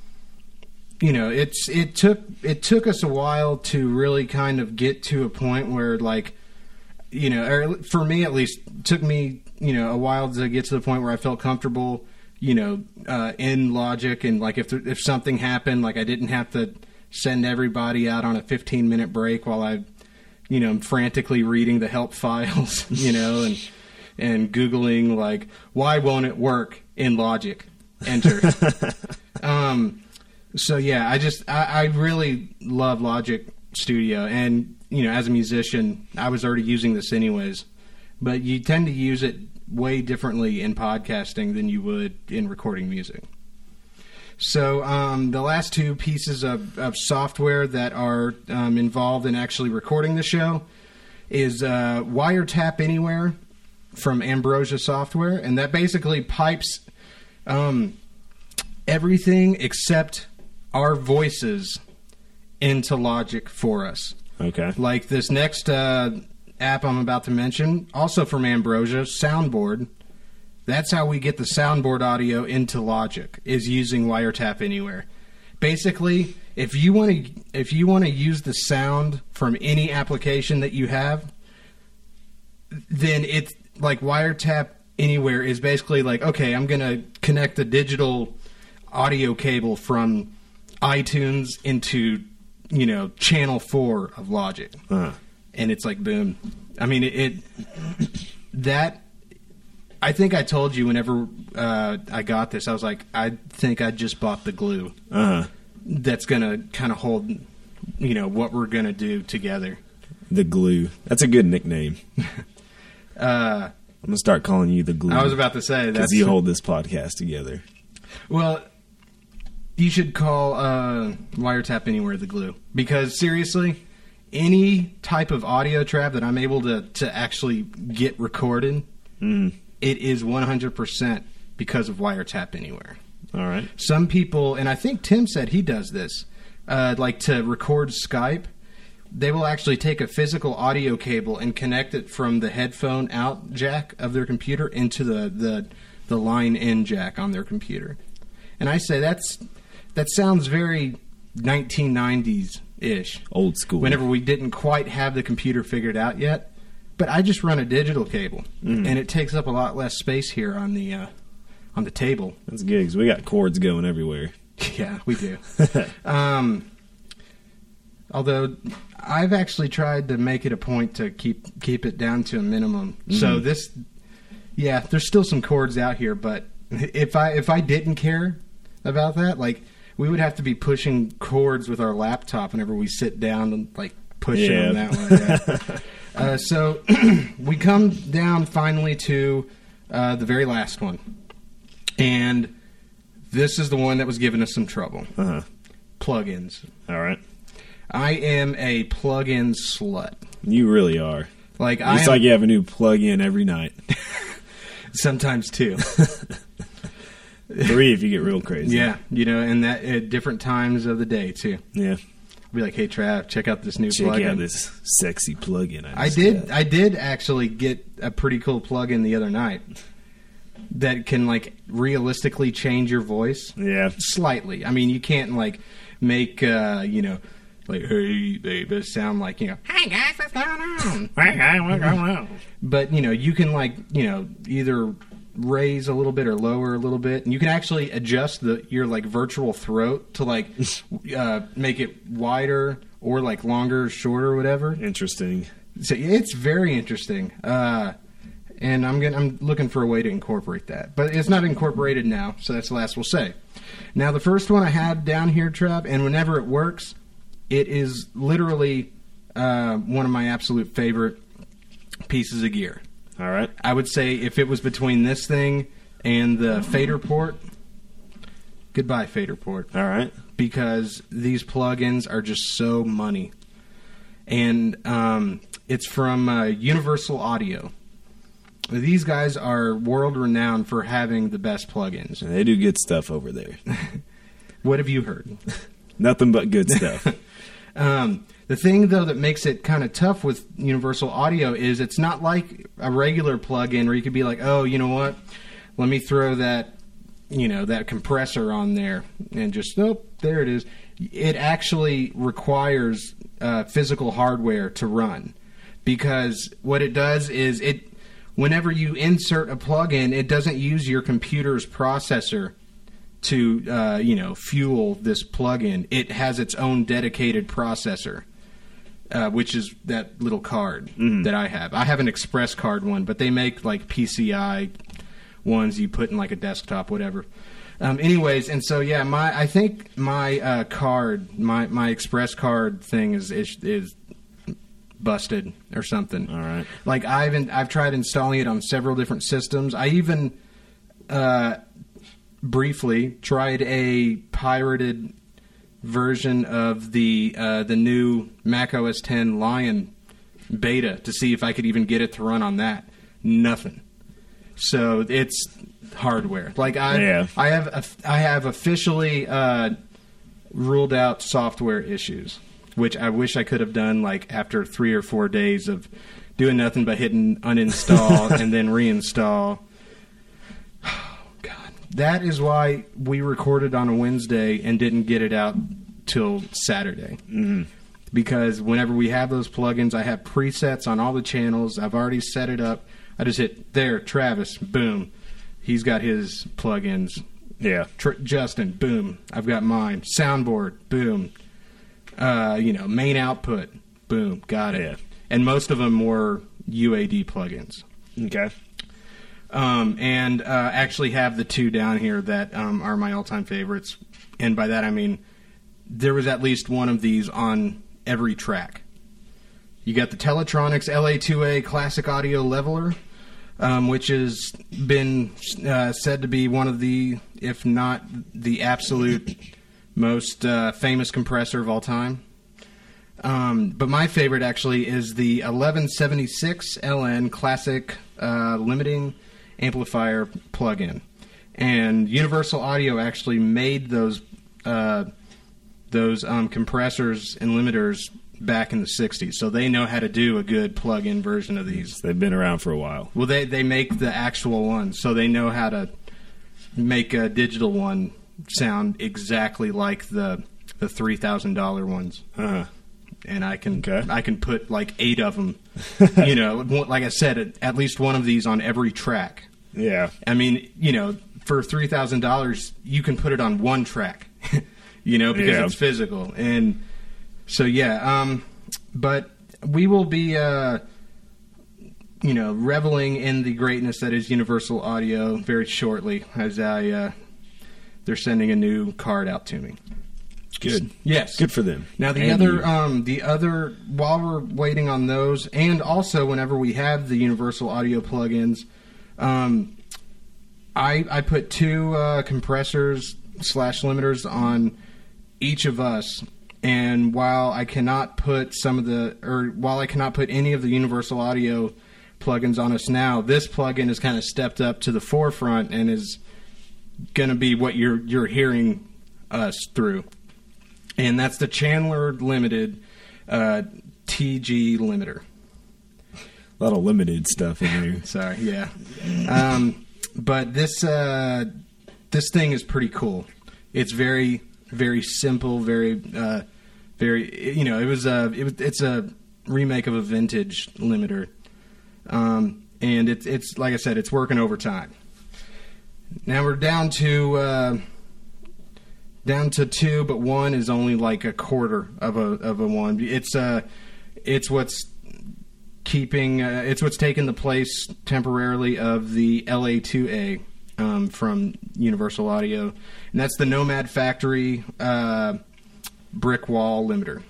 B: you know it's it took it took us a while to really kind of get to a point where like you know or for me at least took me you know a while to get to the point where I felt comfortable you know uh, in logic and like if there, if something happened like I didn't have to send everybody out on a 15 minute break while I you know am frantically reading the help [LAUGHS] files you know and and googling like why won't it work in logic enter um, so yeah, I just I, I really love Logic Studio, and you know, as a musician, I was already using this anyways, but you tend to use it way differently in podcasting than you would in recording music. So um, the last two pieces of, of software that are um, involved in actually recording the show is uh, Wiretap Anywhere from Ambrosia Software, and that basically pipes um, everything except our voices into Logic for us.
C: Okay.
B: Like this next uh, app I'm about to mention, also from Ambrosia, Soundboard. That's how we get the soundboard audio into Logic is using Wiretap Anywhere. Basically, if you want to if you want to use the sound from any application that you have, then it's like Wiretap Anywhere is basically like okay, I'm going to connect the digital audio cable from iTunes into you know channel 4 of Logic
C: Uh,
B: and it's like boom. I mean it, it that I think I told you whenever uh, I got this, I was like, I think I just bought the glue
C: uh,
B: that's gonna kind of hold, you know, what we're gonna do together.
C: the glue. That's a
B: [LAUGHS]
C: good nickname. uh, I'm gonna start calling you the glue.
B: Uh, I was about to say
C: because
B: that's
C: you hold this podcast together.
B: well. You should call uh, Wiretap Anywhere the glue because seriously, any type of audio trap that I'm able to to actually get recorded,
C: Mm.
B: it is 100% because of Wiretap Anywhere.
C: All right.
B: some people, and I think Tim said he does this, uh, like to record Skype, they will actually take a physical audio cable and connect it from the headphone out jack of their computer into the, the, the line in jack on their computer. And I say that's that sounds very 1990s ish.
C: Old school.
B: Whenever we didn't quite have the computer figured out yet, but I just run a digital cable,
C: Mm.
B: and it takes up a lot less space here on the uh, on the table.
C: That's good 'cause we got cords going everywhere.
B: [LAUGHS] Yeah, we do. um, although I've actually tried to make it a point to keep keep it down to a minimum. So this Yeah, there's still some chords out here, but if I if I didn't care about that, like we would have to be pushing chords with our laptop whenever we sit down and like pushing
C: Yeah.
B: on that one. Yeah. uh, so [CLEARS THROAT] we come down finally to uh, the very last one, and this is the one that was giving us some trouble.
C: Uh huh.
B: Plugins.
C: All right.
B: I am a plug-in slut.
C: You really are.
B: Like I
C: It's
B: am-
C: like you have a new plug in every night. [LAUGHS]
B: sometimes too.
C: Three if you get real crazy.
B: yeah, you know, and that at different times of the day too.
C: Yeah.
B: be like, "Hey, Trav, check out this new
C: Check
B: plugin."
C: out this sexy plug in.
B: I did. I did actually get a pretty cool plugin the other night that can like realistically change your voice
C: Yeah. [LAUGHS]
B: slightly. I mean, you can't like make uh, you know like "Hey, babe," it sound like you know.
D: Hey guys, what's going on?
B: But you know, you can like you know either raise a little bit or lower a little bit, and you can actually adjust the your like virtual throat to like uh, make it wider or like longer, shorter, whatever.
C: Interesting.
B: So yeah, it's very interesting, uh, and I'm gonna, I'm looking for a way to incorporate that, but it's not incorporated now, so that's the last we'll say. Now, the first one I had down here, Trav, and whenever it works, it is literally uh, one of my absolute favorite pieces of gear.
C: All right.
B: I would say if it was between this thing and the fader port, goodbye fader port
C: All right.
B: because these plugins are just so money. And um, it's from uh, Universal Audio. These guys are world renowned for having the best plugins.
C: They do good stuff over there. [LAUGHS]
B: What have you heard?
C: Nothing but good
B: [LAUGHS]
C: stuff.
B: Um, the thing, though, that makes it kind of tough with Universal Audio is it's not like a regular plugin where you could be like, oh, you know what? Let me throw that, you know, that compressor on there and just, nope, there it is. It actually requires uh, physical hardware to run because what it does is it, whenever you insert a plugin, it doesn't use your computer's processor to uh, you know fuel this plugin. It has its own dedicated processor, uh, which is that little card
C: Mm-hmm.
B: that I have. I have an Express card one, but they make like PCI ones you put in like a desktop, whatever. Um, anyways, and so yeah, my I think my uh, card, my my Express card thing is is, is busted or something.
C: All right.
B: Like I've in, I've tried installing it on several different systems. I even uh, briefly tried a pirated version of the uh, the new Mac OS 10 Lion beta to see if I could even get it to run on that. Nothing. So it's hardware. Like I
C: Yeah.
B: I have of- I have officially uh, ruled out software issues, which I wish I could have done like after three or four days of doing nothing but hitting uninstall and then reinstall. God. That is why we recorded on a Wednesday and didn't get it out till Saturday. Mm-hmm. Because whenever we have those plugins, I have presets on all the channels. I've already set it up. I just hit there, Travis, boom. He's got his plugins.
C: Yeah.
B: Tr- Justin, boom. I've got mine. Soundboard, boom. Uh, you know, main output, boom. Got it.
C: Yeah.
B: And most of them were UAD plugins
C: Okay.
B: um, and uh, actually have the two down here that um, are my all-time favorites. And by that I mean there was at least one of these on every track. You got the Teletronics LA2A Classic Audio Leveler, um, which has been uh, said to be one of the, if not the absolute most uh, famous compressor of all time. Um, but my favorite actually is the 1176 LN Classic uh, Limiting Amplifier plugin, and Universal Audio actually made those uh, those um, compressors and limiters back in the 60s, so they know how to do a good plug-in version of these.
C: They've been around for a while.
B: Well, they they make the actual ones, so they know how to make a digital one sound exactly like the the three thousand dollar ones
C: Uh-huh.
B: and I can
C: Okay.
B: I can put like eight of
C: [LAUGHS]
B: them. you know, one- like I said, at- at least one of these on every track.
C: Yeah.
B: I mean, you know, for three thousand dollars, you can put it on one track. [LAUGHS] you know, because
C: Yeah.
B: it's physical, and so yeah. Um, but we will be uh, you know, reveling in the greatness that is Universal Audio very shortly as I uh, they're sending a new card out to me.
C: Good.
B: Yes.
C: Good for them.
B: Now the
C: And
B: other,
C: you.
B: um, the other, while we're waiting on those, and also whenever we have the Universal Audio plugins, um, I I put two uh, compressors slash limiters on each of us, and while I cannot put some of the, or while I cannot put any of the Universal Audio plugins on us now, this plugin has kind of stepped up to the forefront and is going to be what you're you're hearing us through and that's the Chandler Limited uh, TG limiter.
C: a lot of limited stuff in there.
B: Sorry, yeah. Um, but this uh, this thing is pretty cool. It's very very simple, very uh, very you know it was a it was, it's a remake of a vintage limiter, um, and it's it's like I said it's working overtime. Now we're down to uh, down to two, but one is only like a quarter of a of a one. It's uh, it's what's keeping uh, it's what's taken the place temporarily of the LA2A um, from Universal Audio, and that's the Nomad Factory uh, brick wall limiter.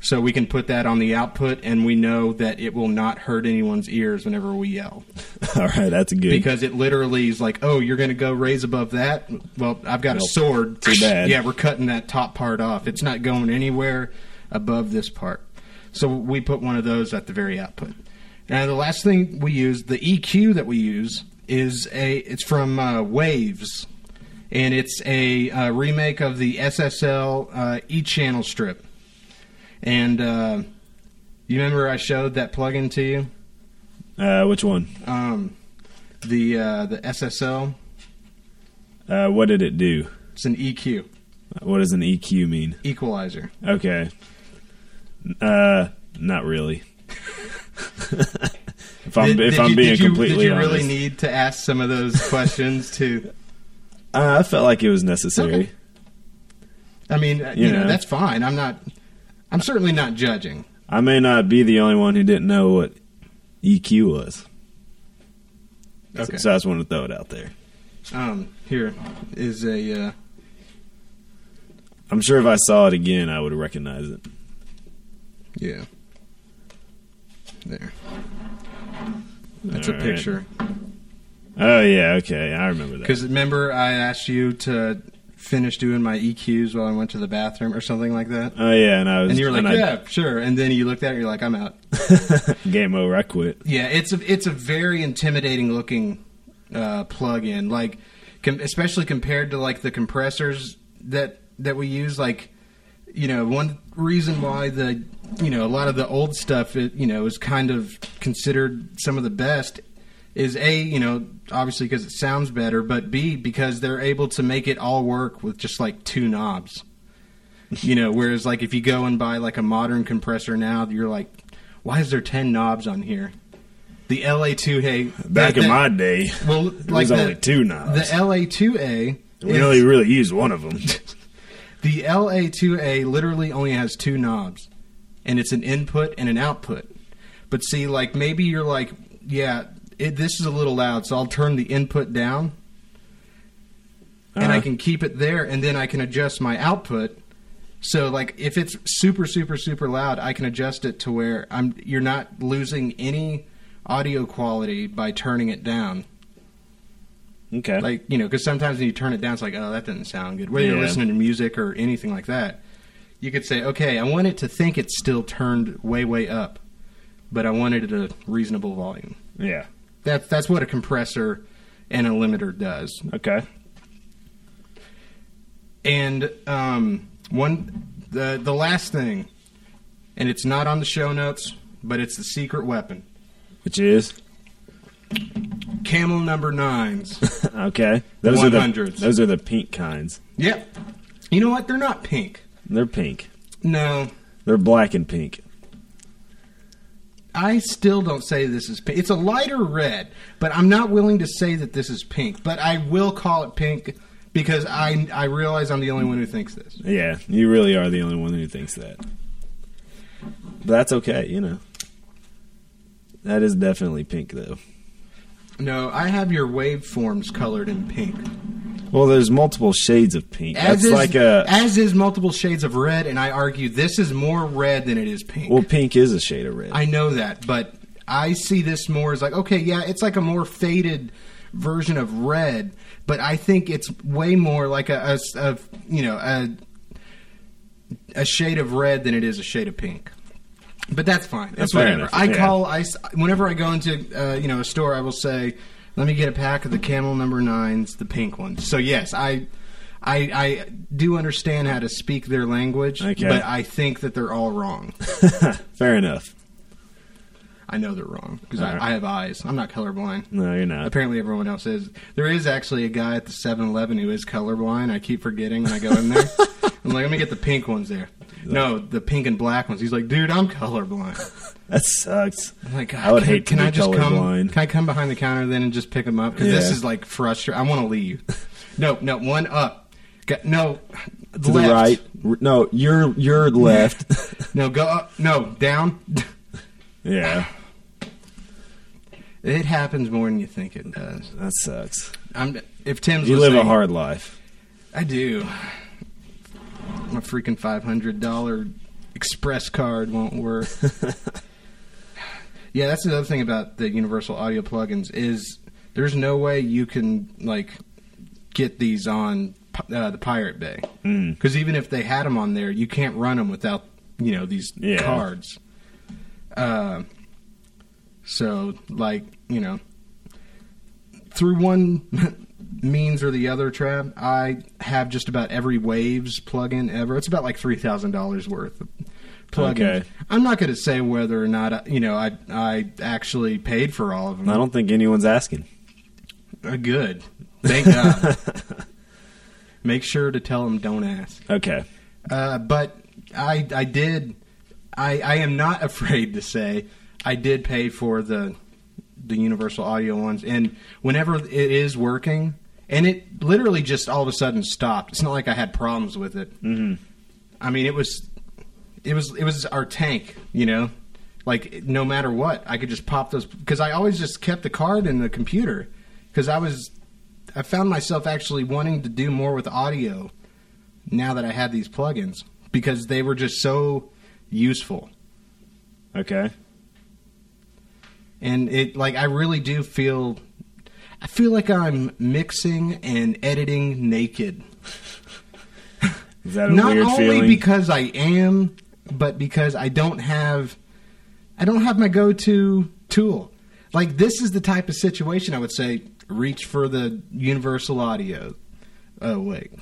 B: So we can put that on the output, and we know that it will not hurt anyone's ears whenever we yell
C: [LAUGHS] All right, that's good.
B: because it literally is like, oh, you're going to go raise above that. Well, I've got a
C: Nope.
B: sword.
C: Too bad.
B: Yeah, we're cutting that top part off. It's not going anywhere above this part. So we put one of those at the very output. Now the last thing we use, the EQ that we use is a. It's from uh, Waves, and it's a uh, remake of the SSL uh, E-channel strip. And uh, you remember I showed that plugin to you,
C: uh, which one?
B: um, the uh, the SSL.
C: Uh, what did it do?
B: It's an EQ,
C: What does an EQ mean?
B: equalizer.
C: Okay. Uh,
B: [LAUGHS]
C: not really. if I'm if I'm
B: you,
C: being
B: did you,
C: completely
B: did you
C: honest,
B: really need to ask some of those
C: [LAUGHS]
B: questions to?
C: uh, I felt like it was necessary.
B: Okay. I mean, uh, you,
C: You
B: know,
C: know.
B: that's fine. I'm not. I'm certainly not judging.
C: I may not be the only one who didn't know what EQ was. So-
B: Okay.
C: So I just wanted to throw it out there.
B: Um, here is a. Uh,
C: I'm sure if I saw it again, I would recognize it.
B: yeah. There. That's a
C: All right.
B: picture.
C: Oh yeah, okay, I remember that.
B: Because remember, I asked you to finish doing my EQs while I went to the bathroom or something like that.
C: Oh yeah, and I was
B: And you were like,
C: I-
B: "Yeah, sure." And then you looked at it, you're like, "I'm out."
C: game over. I quit.
B: Yeah, it's a it's a very intimidating looking uh, plug-in, like com- especially compared to like the compressors that that we use. Like, you know, one reason why the you know a lot of the old stuff it, you know is kind of considered some of the best is a you know obviously because it sounds better, but b because they're able to make it all work with just like two knobs. You know, whereas like if you go and buy like a modern compressor now, you're like, why is there ten knobs on here? The LA2A
C: Back
B: that-
C: in
B: [LAUGHS]
C: my day,
B: well,
C: there
B: like
C: was
B: the,
C: only two knobs.
B: The LA2A
C: we
B: is-
C: only really used one
B: [LAUGHS]
C: of them.
B: the LA2A literally only has two knobs, and it's an input and an output. But see, like maybe you're like, yeah, it, this is a little loud, so I'll turn the input down, and I
C: Uh-huh.
B: can keep it there, and then I can adjust my output. So like if it's super super super loud, I can adjust it to where I'm you're not losing any audio quality by turning it down.
C: Okay.
B: like you know because sometimes when you turn it down it's like oh that doesn't sound good whether you're
C: Yeah.
B: listening to music or anything like that you could say okay i want it to think it's still turned way way up but i want it at a reasonable volume
C: yeah.
B: that's that's what a compressor and a limiter does
C: Okay.
B: and um, one the the last thing and it's not on the show notes but it's the secret weapon
C: Which is
B: camel number nines
C: [LAUGHS] okay. Those are the
B: 100s.
C: those are the pink kinds.
B: yep you know what they're not pink
C: They're pink.
B: no
C: They're black and pink.
B: I still don't say this is pink. It's a lighter red, but I'm not willing to say that this is pink. But I will call it pink because I I realize I'm the only one who thinks this.
C: Yeah, you really are the only one who thinks that. But that's okay, you know. That is definitely pink, though.
B: No, I have your waveforms colored in pink.
C: Well, there's multiple shades of pink.
B: As
C: That's
B: is,
C: like a
B: as is multiple shades of red, and I argue this is more red than it is pink.
C: well, pink is a shade of red.
B: I know that, but I see this more as like, okay, yeah, it's like a more faded version of red, but I think it's way more like a, a s- of, you know a a shade of red than it is a shade of pink. But that's fine. That's
C: Fair
B: whatever.
C: enough,
B: I
C: yeah.
B: call I s- whenever I go into uh, you know a store, I will say, "Let me get a pack of the Camel Number Nines, the pink ones." So yes, I. I, I do understand how to speak their language,
C: Okay.
B: but I think that they're all wrong.
C: Fair enough.
B: I know they're wrong because
C: All right.
B: I, I have eyes. I'm not colorblind.
C: No, you're not.
B: Apparently, everyone else is. There is actually a guy at the 7 Eleven who is colorblind. I keep forgetting when I go
C: [LAUGHS]
B: in there. I'm like, let me get the pink ones there. No, the pink and black ones. He's like, dude, I'm colorblind.
C: That sucks.
B: I'm like, Oh God,
C: I would
B: can,
C: hate to
B: can
C: be
B: I just Come,
C: colorblind.
B: can I come behind the counter then and just pick them up? Because this
C: Yeah.
B: is like frustrating. I want to
C: [LAUGHS]
B: leave. no, no, one up. Go, no,
C: to
B: left.
C: the right. R- No, you're
B: [LAUGHS]
C: you're left. [LAUGHS]
B: No, go up. No, down. [LAUGHS]
C: yeah,
B: it happens more than you think it does.
C: that sucks.
B: I'm, if Tim's
C: You live a
B: listening-
C: hard life.
B: I do. My freaking five hundred dollar express card won't work. yeah, that's the other thing about the Universal Audio plugins is there's no way you can like get these on uh, the Pirate Bay because even if they had them on there, you can't run them without you know these
C: Yeah.
B: cards. Uh, so like you know through one [LAUGHS] means or the other, Trav, I have just about every Waves plugin ever. It's about like three thousand dollars worth of plugins.
C: Okay.
B: I'm not going to say whether or not I, you know I I actually paid for all of them.
C: I don't think anyone's asking.
B: Uh, good. Thank
C: [LAUGHS]
B: God. Make sure to tell them don't ask.
C: Okay.
B: Uh, but I I did. I I am not [LAUGHS] afraid to say I did pay for the the Universal Audio ones, and whenever it is working, and it literally just all of a sudden stopped. It's not like I had problems with it. Mm-hmm. I mean, it was it was it was our tank, you know. Like no matter what, I could just pop those because I always just kept the card in the computer because I was I found myself actually wanting to do more with audio now that I had these plugins because they were just so useful.
C: Okay.
B: And it like I really do feel I feel like I'm mixing and editing naked.
C: Is that a
B: Not
C: weird
B: only
C: feeling?
B: because I am, but because I don't have I don't have my go-to tool. Like this is the type of situation I would say reach for the universal audio. Oh
C: [LAUGHS]
B: wait.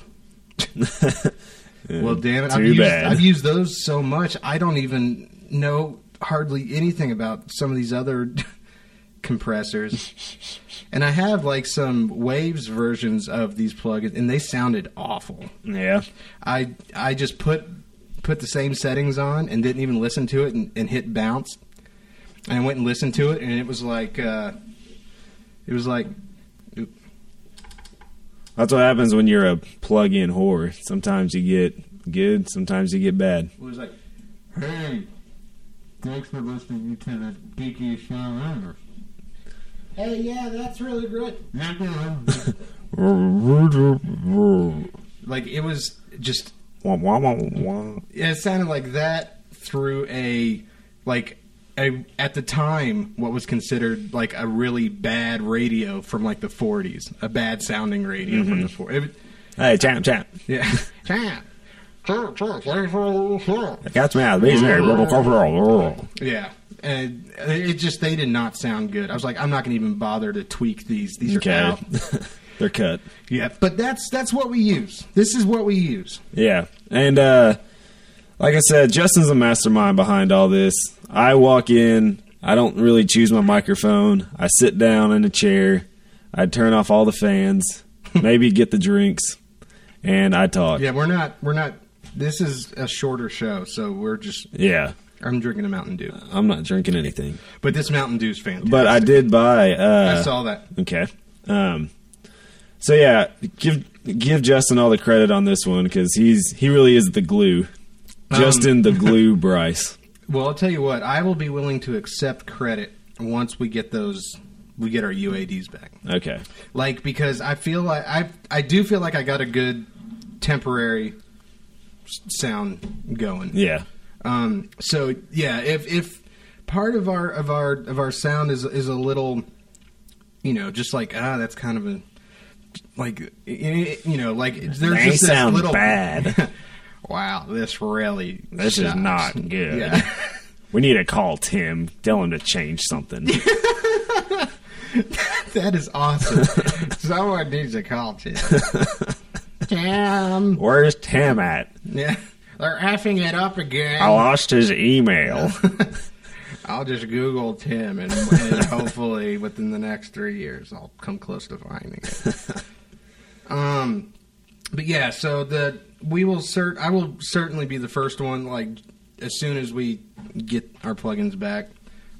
B: Well, damn it!
C: Too
B: I've used,
C: bad.
B: I've used those so much. I don't even know hardly anything about some of these other [LAUGHS] compressors.
C: [LAUGHS]
B: and I have like some waves versions of these plugins, and they sounded awful.
C: yeah.
B: I I just put put the same settings on and didn't even listen to it, and, and hit bounce. And I went and listened to it, and it was like uh, it was like
C: That's what happens when you're a plug-in whore. Sometimes you get good, sometimes you get bad.
B: It was like, hey, thanks for listening to the geekiest show ever. Hey, yeah, that's really good. Like, it was just, it sounded like that through a, like, a, at the time, what was considered like a really bad radio from like the 40s, a bad sounding radio from the 40s.
C: Hey, champ, champ.
B: Yeah. [LAUGHS]
C: I got me out of these there.
B: [LAUGHS] Yeah, and it just they did not sound good. I was like, I'm not going to even bother to tweak these. These are
C: Okay.
B: out.
C: They're cut.
B: yeah, but that's that's what we use. This is what we use.
C: Yeah. And uh like I said, Justin's the mastermind behind all this. I walk in, I don't really choose my microphone. I sit down in a chair, I turn off all the fans, maybe get the drinks, and I talk.
B: Yeah, we're not we're not. This is a shorter show, so we're just
C: Yeah.
B: I'm drinking a Mountain Dew,
C: I'm not drinking anything.
B: but this Mountain Dew's fantastic.
C: But I did buy uh
B: I saw that.
C: Okay. Um, so yeah, give give Justin all the credit on this one because he's he really is the glue. Justin the glue, Bryce.
B: Well, I'll tell you what. I will be willing to accept credit once we get those, we get our UADs back.
C: Okay.
B: Like because I feel like I I do feel like I got a good temporary s- sound going.
C: Yeah.
B: Um, so yeah, if if part of our of our of our sound is is a little, you know, just like ah, that's kind of a like i- i- you know, like there's
C: They
B: just this
C: sound
B: little
C: bad.
B: wow, this really
C: This is
B: sucks.
C: not good.
B: Yeah.
C: [LAUGHS] We need to call Tim. Tell him to change something.
B: [LAUGHS]
C: [LAUGHS]
B: that is [LAUGHS] awesome. Someone needs a call, Tim. [LAUGHS] Tim.
C: Where's Tim at?
B: Yeah. They're effing it up again.
C: I lost
B: [LAUGHS]
C: his email.
B: I'll just Google Tim, and, [LAUGHS] and hopefully within the next three years, I'll come close to finding it. [LAUGHS] um, but yeah, so the we will cert. I will certainly be the first one. Like as soon as we get our plugins back,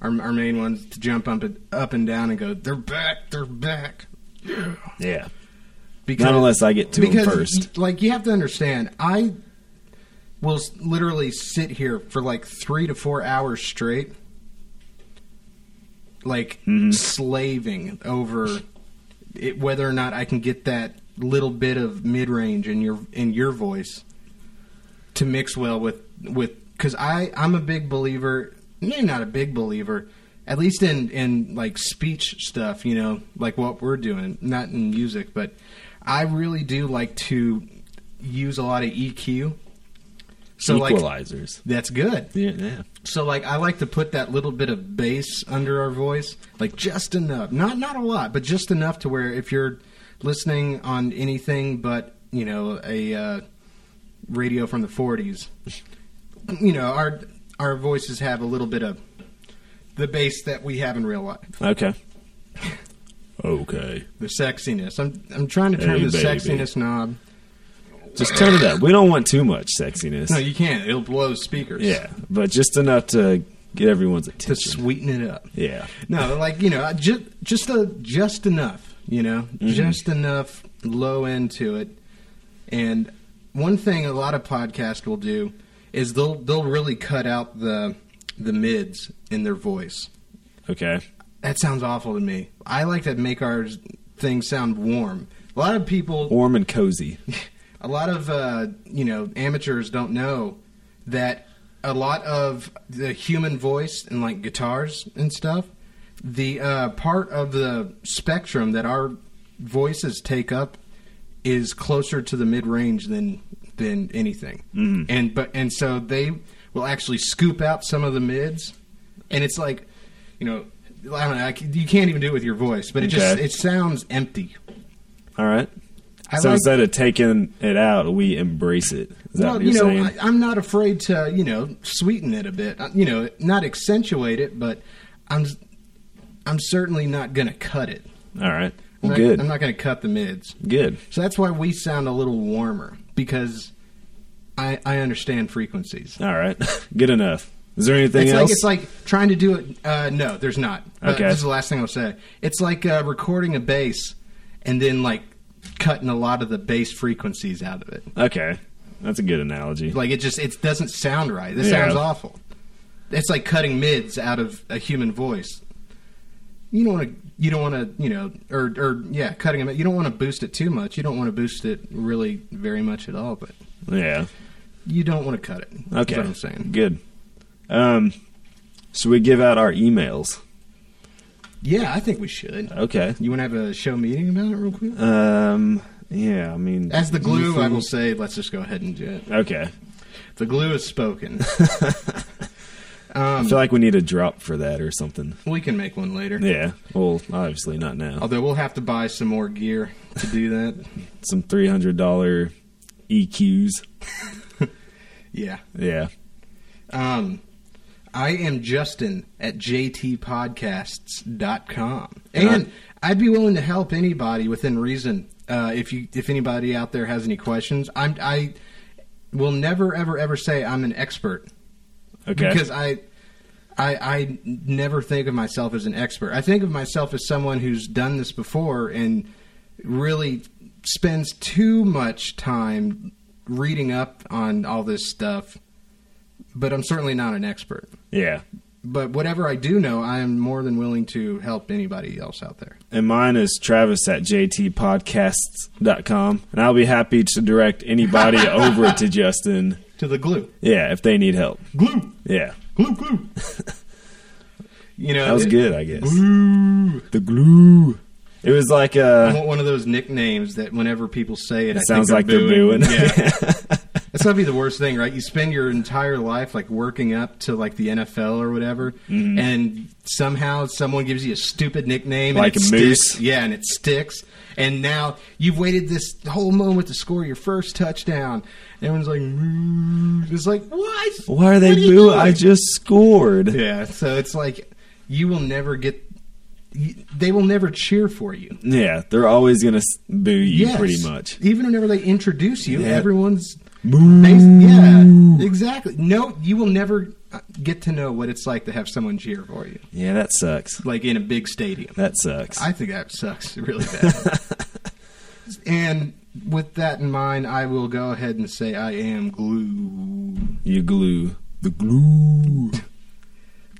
B: our, our main ones to jump up and up and down and go. They're back. They're back. Yeah.
C: yeah.
B: Because
C: Not unless I get to him
B: because
C: first.
B: like you have to understand, I will s- literally sit here for like three to four hours straight, like
C: Mm-hmm.
B: slaving over it, whether or not I can get that little bit of mid range in your in your voice to mix well with with because I I'm a big believer, maybe not a big believer. At least in, in like speech stuff, you know, like what we're doing, not in music, but I really do like to use a lot of EQ. So like
C: Equalizers.
B: that's good.
C: yeah, yeah.
B: So like I like to put that little bit of bass under our voice, like just enough. Not not a lot, but just enough to where if you're listening on anything but, you know, a uh, radio from the 40s, you know, our our voices have a little bit of the bass that we have in real life.
C: Okay. Okay.
B: The sexiness. I'm I'm trying to turn
C: Hey,
B: the
C: baby.
B: sexiness knob.
C: Just turn it up. We don't want too much sexiness.
B: No, you can't. It'll blow speakers.
C: yeah, but just enough to get everyone's
B: to
C: attention.
B: sweeten it up.
C: yeah.
B: No, like you know, just just a just enough, you know,
C: Mm-hmm.
B: just enough low end to it. And one thing a lot of podcasts will do is they'll they'll really cut out the the mids in their voice.
C: Okay.
B: That sounds awful to me. I like to make our things sound warm. A lot of people
C: Warm and cozy.
B: a lot of uh, you know amateurs don't know that a lot of the human voice and like guitars and stuff the uh, part of the spectrum that our voices take up is closer to the mid range than than anything
C: Mm-hmm.
B: and but and so they will actually scoop out some of the mids and it's like you know I don't know, I c you can't even do it with your voice but it just
C: Okay.
B: it sounds empty
C: All right.
B: I
C: so
B: like-
C: instead of taking it out, we embrace it. Is that what you're
B: you know,
C: saying?
B: I, I'm not afraid to, you know, sweeten it a bit. Uh, You know, not accentuate it, but I'm, I'm certainly not going to cut it.
C: All right.
B: I'm
C: Well,
B: not-
C: good.
B: I'm not going to cut the mids.
C: good.
B: So that's why we sound a little warmer because I, I understand frequencies.
C: All right. [LAUGHS] good enough. Is there anything
B: It's
C: else?
B: like, it's like trying to do it. Uh, no, there's not. Uh,
C: Okay.
B: This is the last thing I'll say. It's like uh, recording a bass and then like cutting a lot of the bass frequencies out of it.
C: okay. That's a good analogy.
B: Like it just it doesn't sound right. It
C: Yeah.
B: sounds awful. It's like cutting mids out of a human voice. You don't want to. You don't want to. You know, or or yeah, cutting them. You don't want to boost it too much. You don't want to boost it really very much at all. But
C: yeah.
B: you don't want to cut it. is
C: Okay.
B: what I'm saying.
C: Good. Um, should we give out our emails?
B: Yeah, I think we should.
C: Okay.
B: You want to have a show meeting about it real quick?
C: Um, yeah, I mean.
B: As the glue,
C: you
B: I will
C: think-
B: say, let's just go ahead and do it.
C: Okay.
B: The glue is
C: [LAUGHS]
B: spoken.
C: I feel like we need a drop for that or something.
B: we can make one later.
C: Yeah. Well, obviously not now.
B: Although we'll have to buy some more gear to do that.
C: Some $300 EQs.
B: yeah.
C: E Yeah.
B: Um, I am Justin at jtpodcasts.com. And,
C: And
B: I'd be willing to help anybody within reason. Uh, if you if anybody out there has any questions, I'm I will never ever ever say I'm an expert
C: Okay.
B: because I I I never think of myself as an expert. I think of myself as someone who's done this before and really spends too much time reading up on all this stuff. But I'm certainly not an expert
C: yeah.
B: But whatever I do know, I am more than willing to help anybody else out there.
C: And mine is Travis at jtpodcasts.com. And I'll be happy to direct
B: [LAUGHS]
C: anybody over to Justin.
B: To the glue,
C: Yeah, if they need help.
B: glue,
C: Yeah.
B: glue,
C: [LAUGHS]
B: glue. you know
C: That was
B: it-
C: good, I guess.
B: Glue.
C: The glue. It was like
B: I
C: uh
B: want one of those nicknames that whenever people say it, I
C: sounds
B: think
C: like they're booing. [LAUGHS]
B: Yeah. That's gotta be the worst thing, right? You spend your entire life like working up to like the NFL or whatever,
C: Mm-hmm.
B: and somehow someone gives you a stupid nickname,
C: Like
B: and it
C: Moose.
B: sticks. yeah, and it sticks. And now you've waited this whole moment to score your first touchdown. Everyone's like, Moose. it's like what?
C: why are they
B: What you
C: booing?
B: doing?
C: I just scored.
B: yeah. So it's like you will never get. You, they will never cheer for you.
C: Yeah, they're always gonna s- boo you pretty much.
B: Even whenever they introduce you,
C: Yeah.
B: everyone's
C: Moo.
B: face- yeah, exactly. No, you will never uh, get to know what it's like to have someone cheer for you,
C: Yeah, that sucks.
B: like in a big stadium.
C: That sucks.
B: I think that sucks [LAUGHS] really
C: [LAUGHS]
B: bad. and with that in mind, I will go ahead and say I am glue
C: you glue. The glue.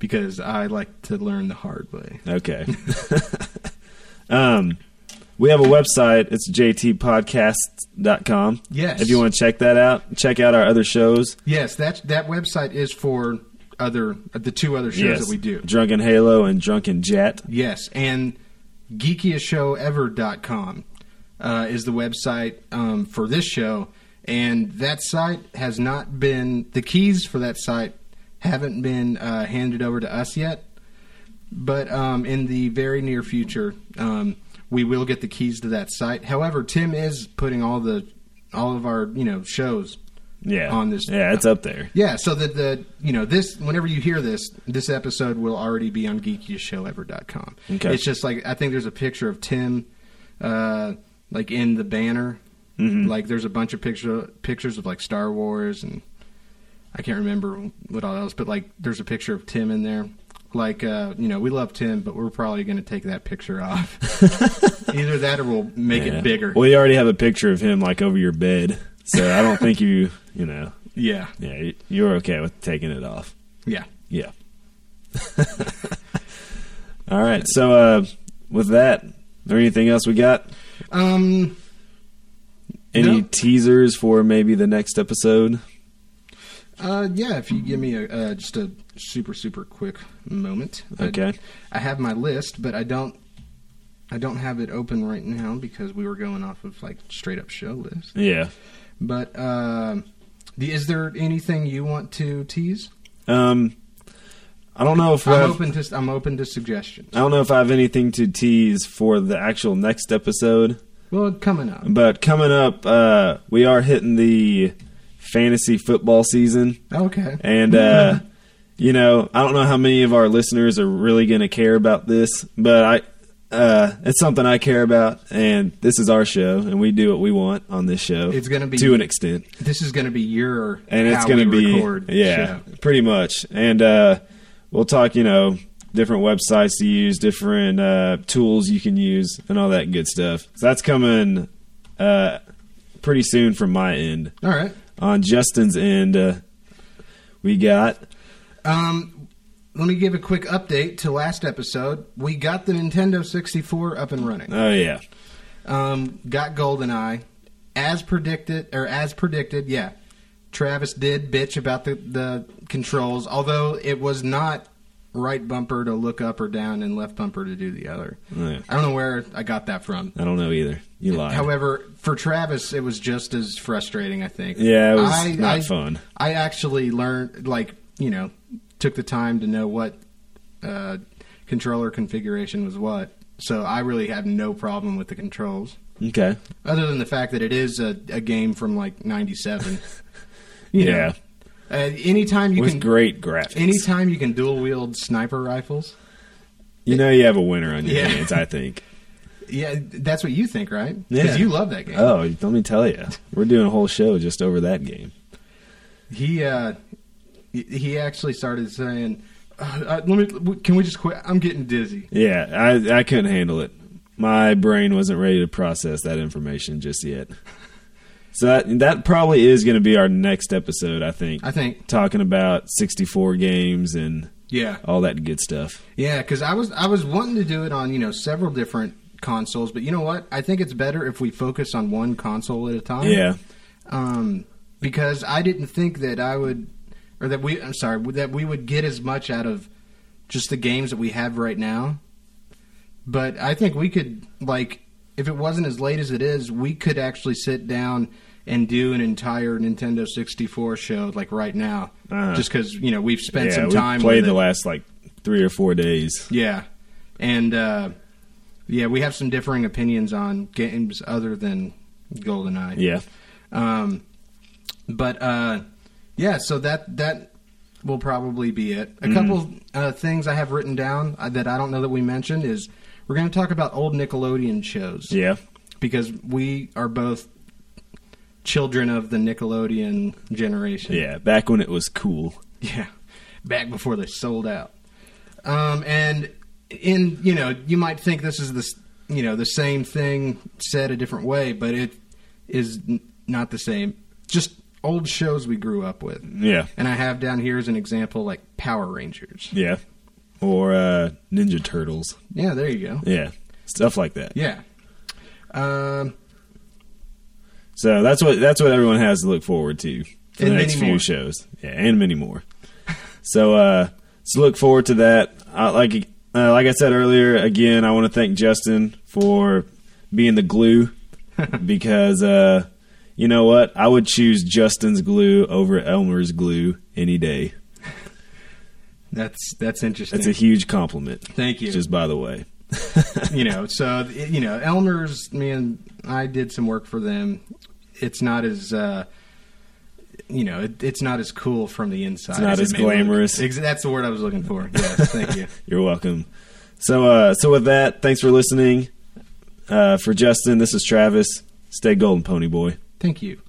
B: because I like to learn the hard way.
C: Okay. [LAUGHS] um, we have a website. It's jtpodcast.com.
B: Yes.
C: If you want to check that out, check out our other shows.
B: Yes, that that website is for other the two other shows that we do.
C: Drunken Halo and Drunken Jet.
B: Yes, and geekiestshowever.com uh, is the website um, for this show, and that site has not been the keys for that site haven't been uh, handed over to us yet, but um, in the very near future, um, we will get the keys to that site. However, Tim is putting all the all of our you know shows
C: Yeah.
B: On this-
C: Yeah, it's up there.
B: yeah, so that the you know this whenever you hear this, this episode will already be on geekiestshowever.com.
C: Okay.
B: It's just like I think there's a picture of Tim, uh, like in the banner.
C: Mm-hmm.
B: Like there's a bunch of picture pictures of like Star Wars and I can't remember what all else, but like there's a picture of Tim in there. Like uh, you know, we love Tim, but we're probably going to take that picture
C: [LAUGHS]
B: off. Either that, or we'll make
C: Yeah.
B: it bigger.
C: Well, you already have a picture of him like over your bed, so I don't think you, [LAUGHS] you know,
B: yeah,
C: yeah, you- you're okay with taking it off.
B: yeah.
C: Yeah. [LAUGHS] All right. So, uh, with that, there anything else we got?
B: Um,
C: Any
B: No.
C: teasers for maybe the next episode?
B: Uh, yeah, if you give me a uh, just a super super quick moment. I-
C: Okay.
B: I, have my list, but I don't. I don't have it open right now because we were going off of like straight up show list.
C: Yeah.
B: But um, the, is there anything you want to tease?
C: Um, I don't know if I
B: I'm
C: have,
B: open to I'm open to suggestions.
C: I don't know if I have anything to tease for the actual next episode,
B: Well, coming up.
C: but coming up, uh, we are hitting the fantasy football season,
B: Oh, Okay.
C: and uh, [LAUGHS] you know, I don't know how many of our listeners are really going to care about this, but I. Uh, it's something I care about, and this is our show, and we do what we want on this show.
B: It's gonna be-
C: to an extent.
B: This is going to be your
C: and it's
B: how
C: going to
B: we
C: be
B: record
C: yeah,
B: show.
C: pretty much. And uh, we'll talk, you know, different websites to use, different uh, tools you can use, and all that good stuff. So that's coming uh, pretty soon from my end.
B: All right.
C: On Justin's end, uh, we got
B: Um, let me give a quick update to last episode. We got the Nintendo 64 up and running.
C: oh yeah,
B: um, got GoldenEye, as predicted, or as predicted, yeah. Travis did bitch about the, the controls, although it was not right bumper to look up or down and left bumper to do the other.
C: Yeah.
B: I don't know where I got that from.
C: I don't know either. You lied.
B: However, for Travis, it was just as frustrating. I think.
C: Yeah, it was not fun.
B: I actually learned, like you know, took the time to know what uh, controller configuration was what. So I really had no problem with the controls,
C: okay,
B: other than the fact that it is a, a game from like '97.
C: Yeah.
B: Uh, anytime you
C: with
B: can,
C: great graphics.
B: anytime you can dual wield sniper rifles.
C: you know, you have a winner on your
B: Yeah.
C: hands. I think.
B: Yeah, that's what you think, right?
C: Yeah.
B: you love that game.
C: Oh, let me tell you, we're doing a whole show just over that game.
B: He uh, he- he actually started saying, uh, uh, "Let me. Can we just quit? I'm getting dizzy."
C: Yeah, I I couldn't handle it. My brain wasn't ready to process that information just yet. So that that probably is going to be our next episode, I think.
B: I think.
C: talking about 64 games and
B: Yeah.
C: all that good stuff.
B: Yeah, because I was I was wanting to do it on you know several different consoles, but you know what? I think it's better if we focus on one console at a time.
C: Yeah,
B: Um, because I didn't think that I would, or that we I'm sorry that we would get as much out of just the games that we have right now. But I think we could like if it wasn't as late as it is, we could actually sit down and do an entire Nintendo 64 show like right now,
C: Uh-huh.
B: just because you know we've spent
C: yeah.
B: some
C: we
B: time
C: played
B: with
C: the
B: it.
C: last like three or four days.
B: Yeah, and uh, yeah, we have some differing opinions on games other than GoldenEye.
C: Yeah,
B: Um, but uh, yeah, so that that will probably be it.
C: Mm.
B: A couple uh, things I have written down uh, that I don't know that we mentioned is we're going to talk about old Nickelodeon shows
C: yeah,
B: because we are both children of the Nickelodeon generation.
C: yeah. Back when it was cool.
B: [LAUGHS] Yeah, back before they sold out. Um, and in you know, you might think this is the s- you know the same thing said a different way, but it is n- not the same. Just old shows we grew up with.
C: Yeah,
B: And I have down here as an example like Power Rangers.
C: yeah. Or uh, Ninja Turtles.
B: Yeah, there you go.
C: Yeah, stuff like that.
B: Yeah. Um,
C: So that's what that's what everyone has to look forward to for
B: And
C: the next
B: many
C: few
B: more.
C: shows. Yeah, and many more. [LAUGHS] so uh so look forward to that. I, like uh, like I said earlier, again, I want to thank Justin for being
B: [LAUGHS]
C: the glue because uh you know what? I would choose Justin's glue over Elmer's glue any day.
B: that's that's interesting.
C: That's a huge compliment.
B: Thank you.
C: Just by the way.
B: you know, so it- you know, Elmer's. Man, I did some work for them. It's not as, uh, you know, it, it's not as cool from the inside.
C: not
B: it
C: as
B: may look.
C: glamorous.
B: Ex- that's the word I was looking for. Yes, thank
C: [LAUGHS]
B: you.
C: You're welcome. So, uh, so with that, thanks for listening. Uh, for Justin, this is Travis. Stay golden, Pony Boy.
B: Thank you.